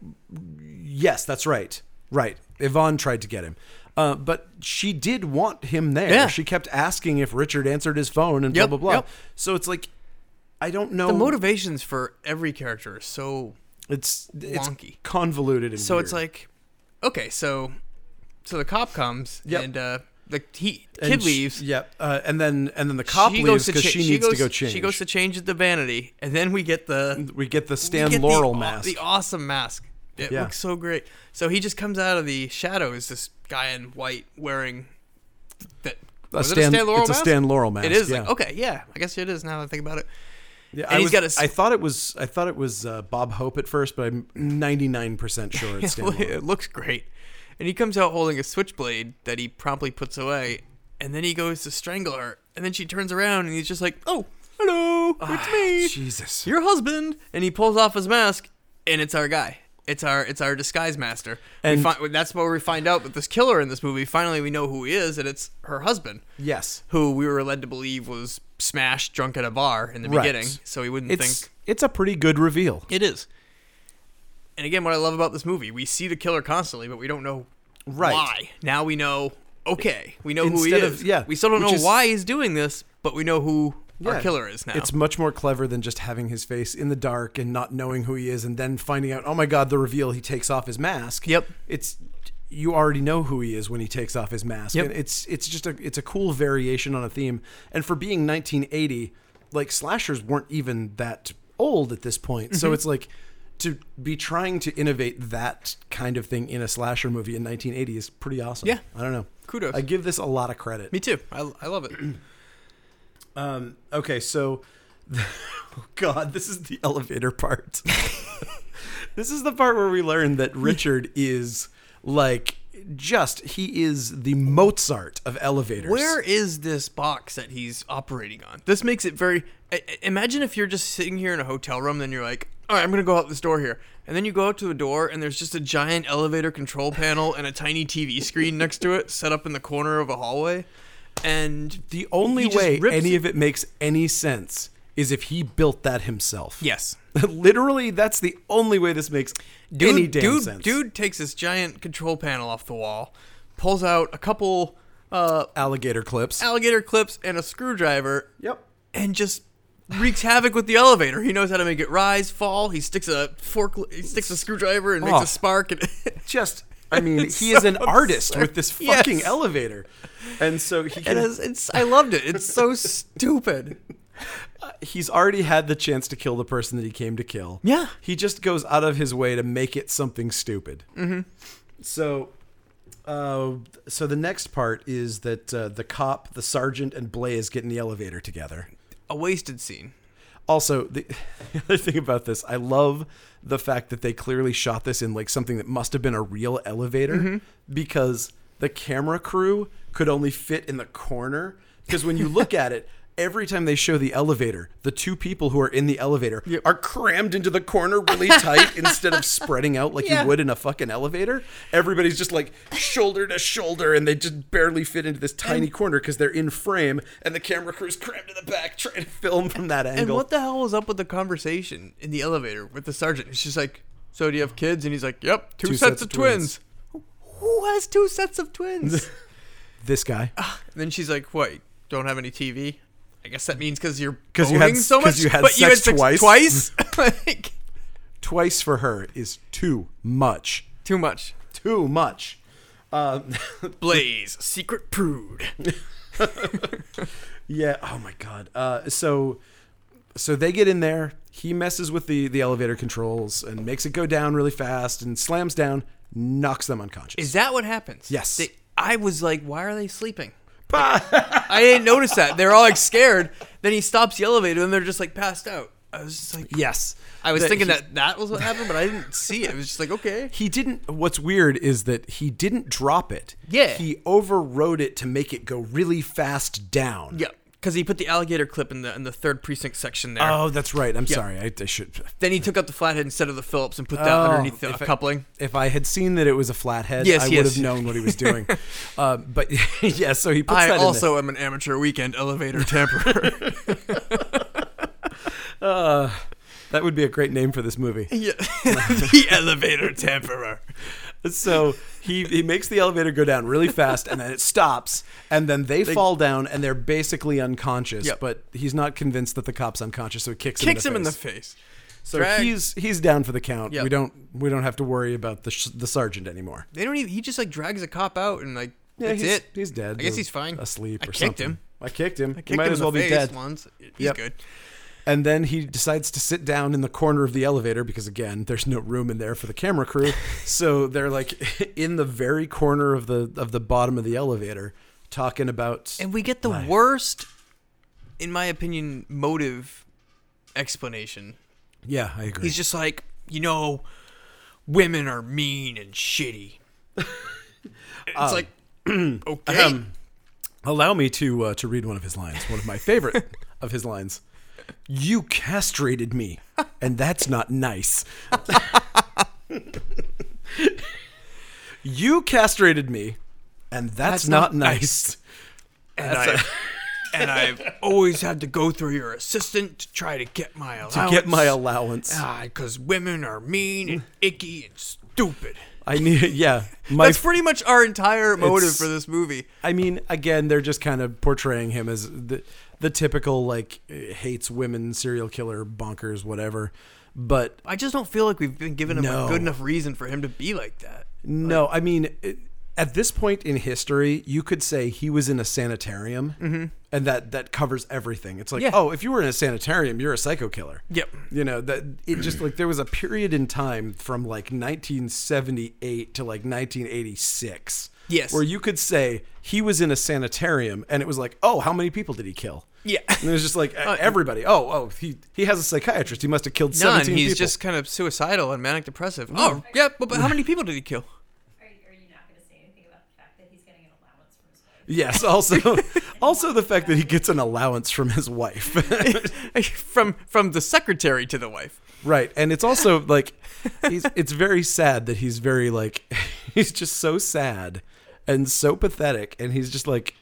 yes, that's right. Right. Yvonne tried to get him. Uh, but she did want him there.
Yeah.
She kept asking if Richard answered his phone and
Yep,
blah, blah, blah.
yep.
So it's like, I don't know.
The motivations for every character are so
it's, it's
wonky.
convoluted and
so it's
weird.
like, okay, so so the cop comes
Yep.
and uh, the he kid
And sh-
leaves.
Yep. Uh, and then and then the cop
she
leaves
goes to
because
cha-
she needs
goes,
to go change.
She goes to change at the vanity, and then we get the
we get the
we
Stan
get the
Laurel
aw-
mask.
the awesome mask. It
Yeah.
looks so great. So he just comes out of the shadows. This guy in white wearing that
A
was it
Stan-
a Stan Laurel
it's a
mask?
Stan Laurel mask,
It is
yeah.
like, okay, yeah. I guess it is now that I think about it.
Yeah,
And
I
he's
was-
got a s-
I thought it was I thought it was uh, Bob Hope at first, but I'm 99% sure it's Stan Laurel.
it looks great. And he comes out holding a switchblade that he promptly puts away, and then he goes to strangle her, and then she turns around and he's just like, "Oh, hello, it's me,
Jesus.
your husband." And he pulls off his mask, and it's our guy. It's our it's our disguise master.
And-
we find, that's where we find out that this killer in this movie finally we know who he is, and it's her husband,
Yes.
who we were led to believe was smashed drunk at a bar in the
Right.
beginning, so he wouldn't
It's
think
it's a pretty good reveal.
it is. And again, what I love about this movie, we see the killer constantly, but we don't know
Right.
why. Now we know. Okay, we know who he
Instead of-
is.
yeah,
we still don't
which
know
is-
why he's doing this, but we know who
Yeah.
our killer is now.
It's much more clever than just having his face in the dark and not knowing who he is and then finding out, "Oh my god, the reveal he takes off his mask."
Yep.
It's you already know who he is when he takes off his mask.
Yep.
And it's it's just a it's a cool variation on a theme. And for being 1980, like slashers weren't even that old at this point.
Mm-hmm.
So it's like to be trying to innovate that kind of thing in a slasher movie in 1980 is pretty awesome.
Yeah.
I don't know.
Kudos.
I give this a lot of credit.
Me too. I, I love it.
Um, okay, so oh God, this is the elevator part. this is the part where we learn that Richard is like just he is the Mozart of elevators.
Where is this box that he's operating on? This makes it very. I- I- Imagine if you're just sitting here in a hotel room, then you're like, all right, I'm going to go out this door here. And then you go out to the door, and there's just a giant elevator control panel and a tiny TV screen next to it set up in the corner of a hallway. And
the only
he just
way
rips
any
it-
of it makes any sense is if he built that himself.
Yes.
Literally, that's the only way this makes any damn
dude,
sense.
Dude takes this giant control panel off the wall, pulls out a couple uh,
alligator clips.
alligator clips and a screwdriver,
yep.
and just wreaks havoc with the elevator. He knows how to make it rise, fall. He sticks a fork, he sticks a screwdriver and
Oh.
makes a spark. And
Just I mean, he
It's
is
so
an artist
absurd.
with this
Yes.
fucking elevator. And so he
it
can
is, it's, I loved it. It's so stupid.
he's already had the chance to kill the person that he came to kill.
Yeah.
He just goes out of his way to make it something stupid. Mm-hmm. So, uh, so the next part is that uh, the cop, the sergeant, and Blaze get in the elevator together.
A wasted scene.
Also, the, the other thing about this, I love the fact that they clearly shot this in like something that must have been a real elevator
Mm-hmm.
because the camera crew could only fit in the corner. Because when you look at it, every time they show the elevator, the two people who are in the elevator are crammed into the corner really tight instead of spreading out like
Yeah.
you would in a fucking elevator. Everybody's just like shoulder to shoulder and they just barely fit into this tiny corner because they're in frame and the camera crew's crammed in the back trying to film from that angle.
And what the hell was up with the conversation in the elevator with the sergeant? It's just like, so do you have kids? And he's like, yep, two, sets, of twins. Who has two sets of twins?
this guy
And then she's like, "What? Don't have any TV?" I guess that means because you're
'Cause
because
you had-
so
'cause
much,
you had
but you had
sex twice?
sex twice. like,
twice for her is too much
too much.
too much um,
Blaze, secret prude.
yeah oh my god uh, so so they get in there he messes with the the elevator controls and makes it go down really fast and slams down knocks them unconscious
Is that what happens?
Yes.
They, I was like, "Why are they sleeping?" I didn't notice that. They're all like scared. Then he stops the elevator, and they're just like passed out. I was just like,
yes
I was
That
thinking
he-
that that was what happened, but I didn't see it. It was just like, okay.
he didn't what's weird is that he didn't drop it
Yeah.
he overrode it to make it go really fast down
Yeah. because he put the alligator clip in the in the third precinct section there.
Oh, that's right. I'm sorry. I, I should.
Then he took out the flathead instead of the Phillips and put that
Oh,
underneath the
if I-
coupling.
If I had seen that it was a flathead,
Yes,
I would
yes.
have known what he was doing. uh, but yeah, so he puts
I
that in there.
also am an amateur weekend elevator tamperer.
Uh, that would be a great name for this movie.
Yeah. the elevator tamperer.
So he, he makes the elevator go down really fast and then it stops and then they, fall down and they're basically unconscious,
Yep.
but he's not convinced that the cop's unconscious, so he kicks,
Kicks
him
him
in the face.
face.
so
drag.
he's he's down for the count.
Yep.
We don't we don't have to worry about the sh- the sergeant anymore.
They don't even. He just like drags a cop out and like that's
he's,
it.
He's dead.
I guess
or
he's fine.
Asleep or
I kicked
something.
him.
I kicked him.
Kicked
he might
him
as
in
well
the
be
face
dead.
Once. He's
Yep.
good.
And then he decides to sit down in the corner of the elevator because, again, there's no room in there for the camera crew. so they're like in the very corner of the of the bottom of the elevator, talking about.
And we get the worst, in my opinion, motive explanation.
yeah, I agree.
He's just like, you know, women are mean and shitty. it's like,
Um,
okay.
Allow me to uh, to read one of his lines. One of my favorite of his lines. You castrated me, and that's not nice. you castrated me, and that's, not, nice.
and, I, and I've always had to go through your assistant to try to get my allowance.
Get my allowance.
Because women are mean and icky and stupid.
I need. Yeah, my
That's pretty much our entire motive
It's-
for this movie.
I mean, again, they're just kind of portraying him as the the typical like hates women serial killer bonkers whatever. But
I just don't feel like we've been given him
No.
a good enough reason for him to be like that.
no, I mean, it, at this point in history, you could say he was in a sanitarium, and that that covers everything. It's like,
Mm-hmm. Yeah.
oh, if you were in a sanitarium, you're a psycho killer.
Yep.
You know that it just like there was a period in time from like 1978 to like 1986.
Yes.
Where you could say he was in a sanitarium, and it was like, oh, how many people did he kill?
Yeah. Uh,
And it was just like everybody. Oh, oh, he he has a psychiatrist. He must have killed
None.
seventeen
He's
people. Mm.
just kind of suicidal and manic depressive. Oh, yeah. But, but how many people did he kill?
Are you, are you not going to say anything about the fact that he's getting an allowance from his wife?
yes. Also, also the fact that he gets an allowance from his wife,
from from the secretary to the wife.
right? And it's also like, he's it's very sad that he's very like, he's just so sad and so pathetic, and he's just like,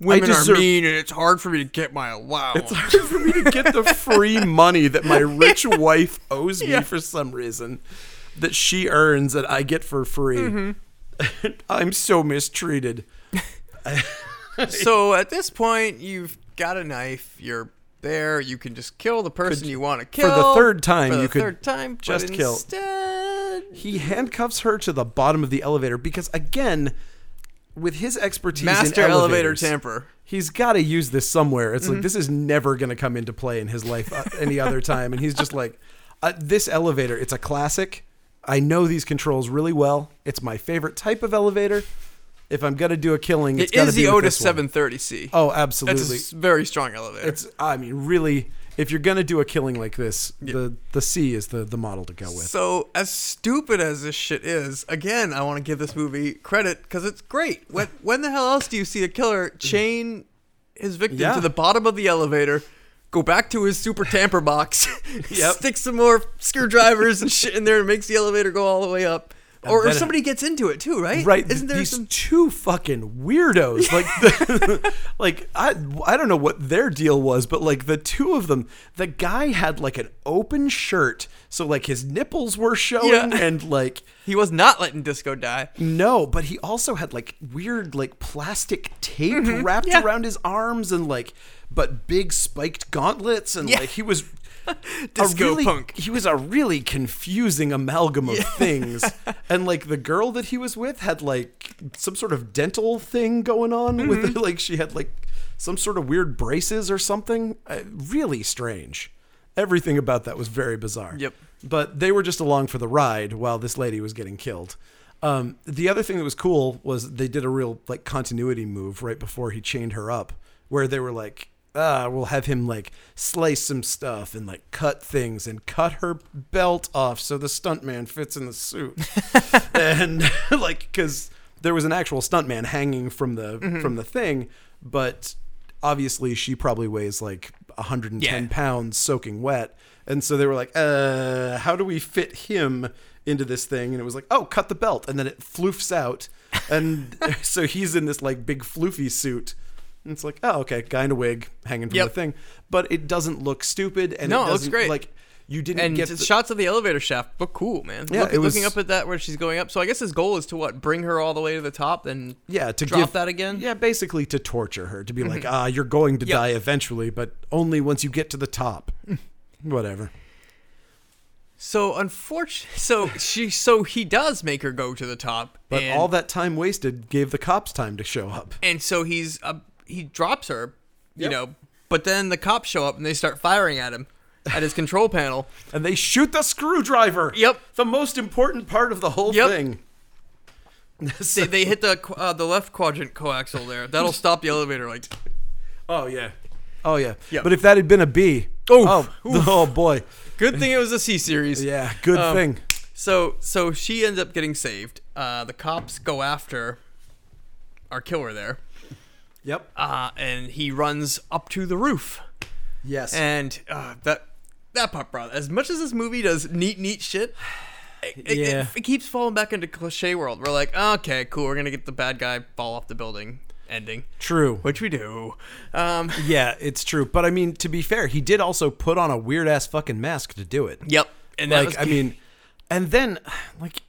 Women
I
are
deserve
mean, and it's hard for me to get my allowance.
It's hard for me to get the free money that my rich wife owes me for some reason that she earns that I get for free.
Mm-hmm.
I'm so mistreated.
so at this point, you've got a knife. You're there. You can just kill the person you want to kill
third time,
For the
you could
third time, but
just kill.
Instead,
He handcuffs her to the bottom of the elevator because, again, with his expertise,
master
in
elevator
elevators,
tamper. Mm-hmm.
he's got to use this somewhere. It's like this is never going to come into play in his life uh, any other time, and he's just like, uh, this elevator. It's a classic. I know these controls really well. It's my favorite type of elevator. If I'm gonna do a killing, it's
It
gotta
is
be
the
with
Otis
this one.
730C.
Oh,
That's
absolutely.
a s- very strong elevator.
it's I mean, really, if you're gonna do a killing like this, the the C is the the model to go with.
so as stupid as this shit is, again, I want to give this movie credit because it's great. When when the hell else do you see a killer chain his victim
Yeah.
to the bottom of the elevator, go back to his super tamper box,
Yep.
stick some more screwdrivers and shit in there, and makes the elevator go all the way up? Or, or
then it-
somebody gets into it too, right?
right
Isn't there
these
some?
two fucking weirdos like the, like I, I don't know what their deal was but like the two of them the guy had like an open shirt so like his nipples were showing
Yeah.
and like
He was not letting Disco die.
no but he also had like weird like plastic tape wrapped
Mm-hmm. yeah.
around his arms and like but big spiked gauntlets and
Yeah.
like he was a
Disco
really-
punk.
He was a really confusing amalgam of things. and like the girl that he was with had like some sort of dental thing going on
Mm-hmm.
with like she had like some sort of weird braces or something. Uh, really strange. Everything about that was very bizarre.
Yep.
But they were just along for the ride while this lady was getting killed. Um, the other thing that was cool was they did a real like continuity move right before he chained her up, where they were like, "Ah, we'll have him like slice some stuff and like cut things and cut her belt off so the stuntman fits in the suit," and like because there was an actual stuntman hanging from the from the thing, but obviously she probably weighs like 110
Yeah.
pounds soaking wet. And so they were like, uh, how do we fit him into this thing? And it was like, oh, cut the belt. And then it floofs out. And so he's in this like big floofy suit. And it's like, oh, okay, guy in a wig hanging from
Yep.
the thing. But it doesn't look stupid. And it
No, it looks
doesn't,
great.
Like, you didn't
and
get
it's
the-
shots of the elevator shaft, but cool, man.
Yeah,
Look-
it was-
looking up at that where she's going up. So I guess his goal is to what bring her all the way to the top, then
yeah to
drop
give,
that again.
yeah basically to torture her to be like ah you're going to
Yep.
die eventually but only once you get to the top whatever
So unfortunately, so she, so he does make her go to the top,
but
and,
all that time wasted gave the cops time to show up
and so he's uh, he drops her, you
Yep.
know. But then the cops show up and they start firing at him, at his control panel.
and they shoot the screwdriver
Yep.
the most important part of the whole
Yep.
thing So-
They, they hit the qu- uh, the left quadrant coaxial there. That'll stop the elevator. Like,
oh yeah oh yeah
Yep.
but if that had been a b
Oof.
oh, oh boy
good thing it was a C series.
yeah good
Um,
thing
So so she ends up getting saved. Uh, the cops go after our killer there,
yep
uh, and he runs up to the roof.
yes
And uh, that that part, bro. As much as this movie does neat neat shit, it, it- it-
Yeah.
it, keeps falling back into cliche world. We're like, okay, cool. We're gonna get the bad guy fall off the building ending,
true
which we do. Um,
yeah it's true but i mean to be fair he did also put on a weird ass fucking mask to do it
yep. And that
like
was-
I mean, and then like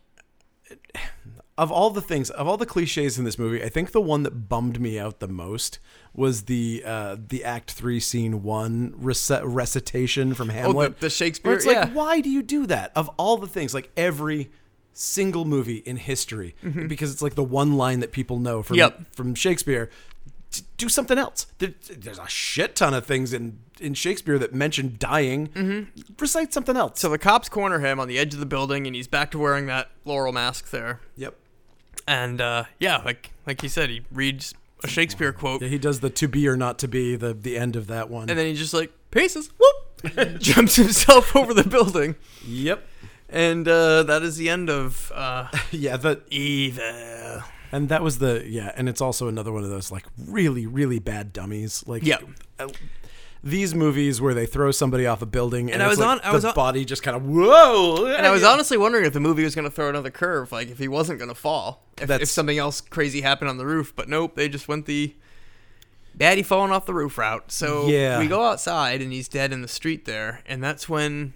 of all the things of all the cliches in this movie, I think the one that bummed me out the most was the uh, the Act Three Scene One rec- recitation from Hamlet,
Oh, the Shakespeare-
Where it's like,
yeah.
why do you do that? Of all the things, like every single movie in history, because it's like the one line that people know from
Mm-hmm. Yep.
from Shakespeare. d- Do something else. There- There's a shit ton of things in, in Shakespeare that mention dying.
Mm-hmm.
Recite something else.
so the cops corner him on the edge of the building, and he's back to wearing that laurel mask there.
Yep.
And uh, yeah, like like he said, he reads a Shakespeare quote,
Yeah, he does the to be or not to be, the the end of that one.
and then he just like paces, whoop, jumps himself over the building,
yep.
and uh, that is the end of uh,
Yeah, the
Evil.
and that was the yeah, and it's also another one of those like really really bad dummies. Like
Yep.
uh, these movies where they throw somebody off a building and,
I
it's
was
like
on- I
the
was on-
body just kind of whoa.
And I was honestly wondering if the movie was going to throw another curve, like if he wasn't going to fall, if, if
That's-
something else crazy happened on the roof. But nope, they just went the daddy falling off the roof route. So
Yeah.
we go outside, and he's dead in the street there, and that's when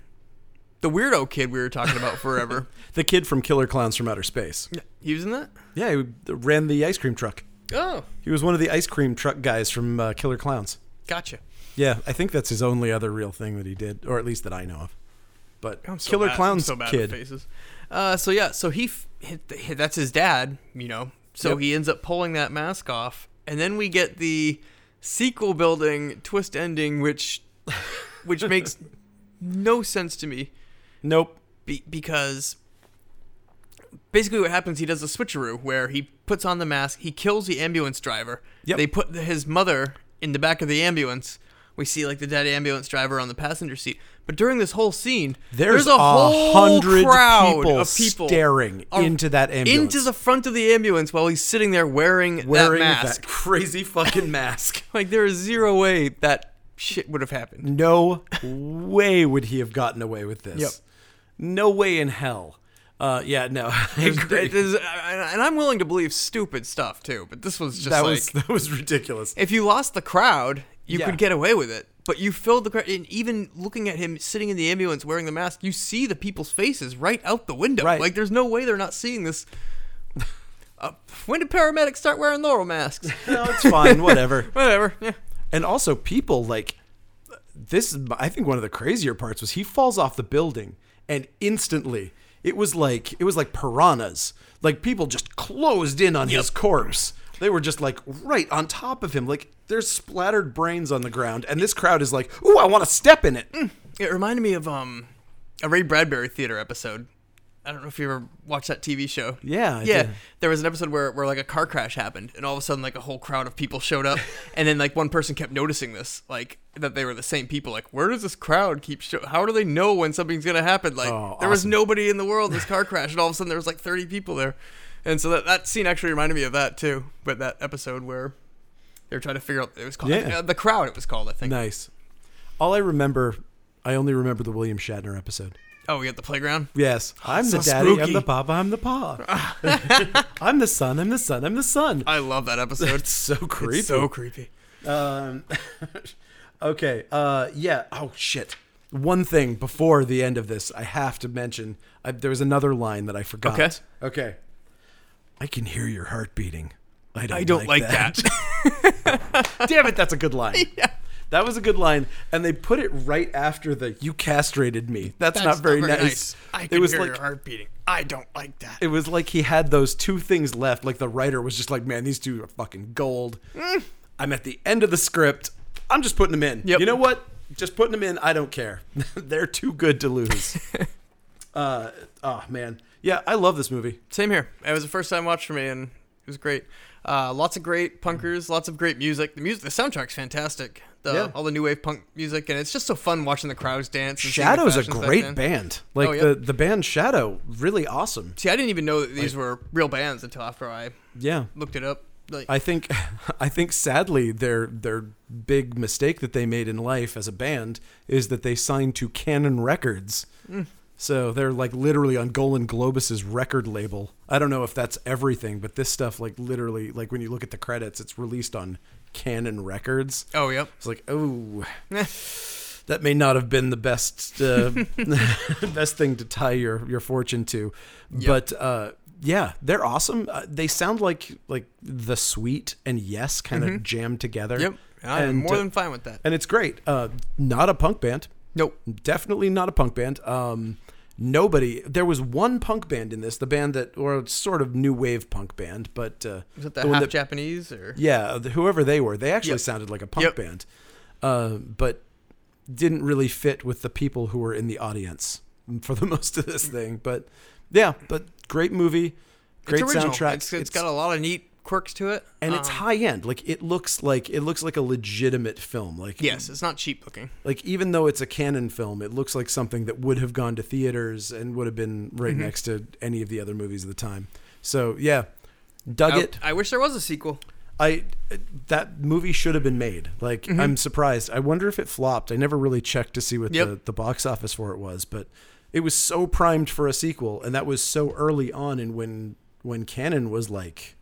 the weirdo kid we were talking about forever.
the kid from Killer Clowns from Outer Space.
he was in that.
Yeah, he ran the ice cream truck.
Oh,
He was one of the ice cream truck guys from uh, Killer Clowns.
gotcha.
Yeah, I think that's his only other real thing that he did, or at least that I know of. But
I'm so
Killer
bad- I'm
Clowns
so bad with
kid.
faces. Uh, so yeah, so he f- hit the- that's his dad, you know. So
Yep.
he ends up pulling that mask off, and then we get the sequel building twist ending, which which makes no sense to me
Nope.
be- because basically what happens he does a switcheroo where he puts on the mask he kills the ambulance driver
Yep.
they put the- his mother in the back of the ambulance we see like the dead ambulance driver on the passenger seat but during this whole scene
There's,
a whole
hundred
crowd
people,
of people
staring
ar-
into that ambulance,
into the front of the ambulance while he's sitting there wearing,
wearing
that mask
crazy fucking mask.
like there is zero way that shit would have happened
No way would he have gotten away with this.
Yep.
No way in hell. Uh, yeah, no, I agree.
It is- and i'm willing to believe stupid stuff too but this was just
that
like
was that was ridiculous.
if you lost the crowd, you
Yeah.
could get away with it. But you filled the crowd, and even looking at him sitting in the ambulance wearing the mask, you see the people's faces right out the window.
Right.
Like there's no way they're not seeing this. Uh, when did paramedics start wearing laurel masks?
No, it's fine, whatever.
Whatever. Yeah.
And also, people like this. is- I think one of the crazier parts was he falls off the building, and instantly it was like it was like piranhas. Like people just closed in on his corpse. They were just like right on top of him. Like there's splattered brains on the ground, and this crowd is like, "Ooh, I want to step in it." Mm.
It reminded me of um, a Ray Bradbury theater episode. I don't know if you ever watched that TV show.
Yeah, I
yeah.
did.
There was an episode where, where like a car crash happened, and all of a sudden like a whole crowd of people showed up, and then like one person kept noticing this, like that they were the same people. Like, where does this crowd keep show? How do they know when something's gonna happen? Like,
Oh,
there was
awesome.
nobody in the world in this car crash, and all of a sudden there was like 30 people there, and so that that scene actually reminded me of that too. But that episode where They were trying to figure out it was called
Yeah.
uh, the crowd. It was called I think.
Nice. All I remember, I only remember the William Shatner episode. Ah,
Oh, we got the playground.
Yes, I'm
so
the daddy. I'm
spooky.
the papa. I'm the pa. I'm the son. I'm the son. I'm the son.
I love that episode.
It's so creepy.
It's so creepy.
Um, okay. Uh, yeah. Oh shit. One thing before the end of this, I have to mention. I, there was another line that I forgot.
Okay.
Okay. I can hear your heart beating. I don't,
I don't like, that.
Damn it, that's a good line. That was a good line, and they put it right after the "you castrated me." That's, not very nice.
I
it
can
was
hear
like
your heart beating. I don't like that.
it was like he had those two things left. Like the writer was just like, "Man, these two are fucking gold." I'm at the end of the script. I'm just putting them in.
Mm. Yep.
You know what? Just putting them in. I don't care. They're too good to lose. uh, oh man, yeah, I love this movie.
Same here. It was a first time watch for me, and it was great. Uh, lots of great punkers, lots of great music. The music, the soundtrack's fantastic. The,
Yeah.
All the new wave punk music, and it's just so fun watching the crowds dance. And seeing the
Shadow's a
fashions back
great
then.
band. Like
Oh, yeah.
the the band Shadow, really awesome.
See, I didn't even know that these were real bands until after I
Yeah.
looked it up. Like,
I think I think sadly their their big mistake that they made in life as a band is that they signed to Canon Records. So they're like literally on Golan Globus's record label. I don't know if that's everything, but this stuff like literally like when you look at the credits, it's released on Canon Records.
oh, yep.
It's like, oh, that may not have been the best uh, best thing to tie your your fortune to, but uh, yeah, they're awesome. Uh, they sound like like the sweet and yes kind of jammed together.
Mm-hmm. Yep. I'm more
uh,
than fine with that.
and it's great. Uh, not a punk band.
Nope.
Definitely not a punk band. Um, nobody. There was one punk band in this, the band that, or sort of new wave punk band, but uh,
Was it the,
the one
half
that
Japanese or?
yeah, the, whoever they were, they actually
Yep.
sounded like a punk
Yep.
band, uh, but didn't really fit with the people who were in the audience for the most of this thing. But yeah, but great movie, great
it's original.
soundtrack.
It's- it's got a lot of neat quirks to it,
and it's
Um,
high end. Like it looks like it looks like a legitimate film. Like
yes, it's not cheap looking.
like even though it's a canon film, it looks like something that would have gone to theaters and would have been right
Mm-hmm.
next to any of the other movies of the time. So yeah, dug
I,
it.
I wish there was a sequel.
I that movie should have been made. Like
Mm-hmm.
I'm surprised. I wonder if it flopped. I never really checked to see what the,
Yep.
the box office for it was, but it was so primed for a sequel, and that was so early on in when when Canon was like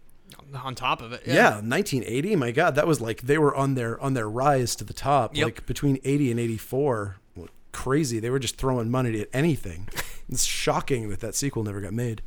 on top of it.
yeah, 1980. My God, that was like they were on their on their rise to the top.
Yep.
Like between 80 and 84, like, crazy. They were just throwing money at anything. It's shocking that that sequel never got made.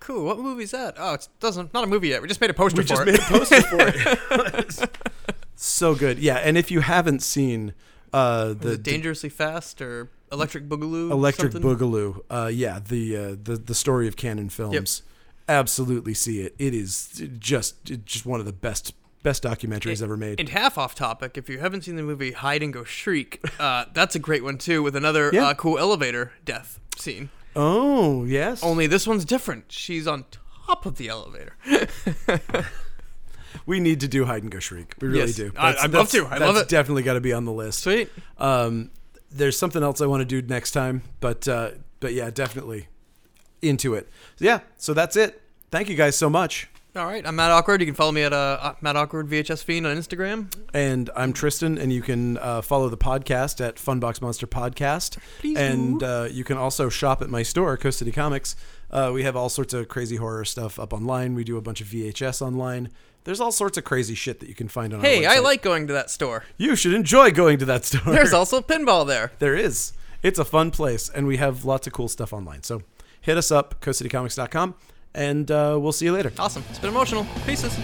Cool. What movie is that? Oh, it doesn't. Not a movie yet. We just made a poster
We just
for it.
made a poster for it. so good. Yeah, and if you haven't seen uh,
Was
the
it dangerously fast or electric boogaloo?
Electric
something?
Boogaloo, uh, yeah, the, uh, the the story of Canon Films, absolutely see it. It is just just one of the best best documentaries ever made.
And half off topic, if you haven't seen the movie Hide and Go Shriek, uh, that's a great one too, with another
Yeah.
uh, cool elevator death scene.
oh yes,
Only this one's different. She's on top of the elevator.
we need to do Hide and Go Shriek. We really
Yes.
do.
I- I'd love to. I love
that's
it.
Definitely got to be on the list.
Sweet.
Um, there's something else I want to do next time, but uh, but yeah, definitely into it. So, yeah, so that's it. Thank you guys so much.
All right, I'm Matt Awkward. You can follow me at uh, Matt Awkward VHS Fiend on Instagram.
And I'm Tristan, and you can uh, follow the podcast at Funbox Monster Podcast.
Please
and Uh, you can also shop at my store, Coast City Comics. Uh, we have all sorts of crazy horror stuff up online. We do a bunch of VHS online. There's all sorts of crazy shit that you can find on. our
Hey, I
website.
like going to that store.
You should enjoy going to that store.
There's also pinball there.
There is. It's a fun place, and we have lots of cool stuff online. So hit us up, coastcitycomics.com, and uh, we'll see you later.
Awesome. It's been emotional. Pieces.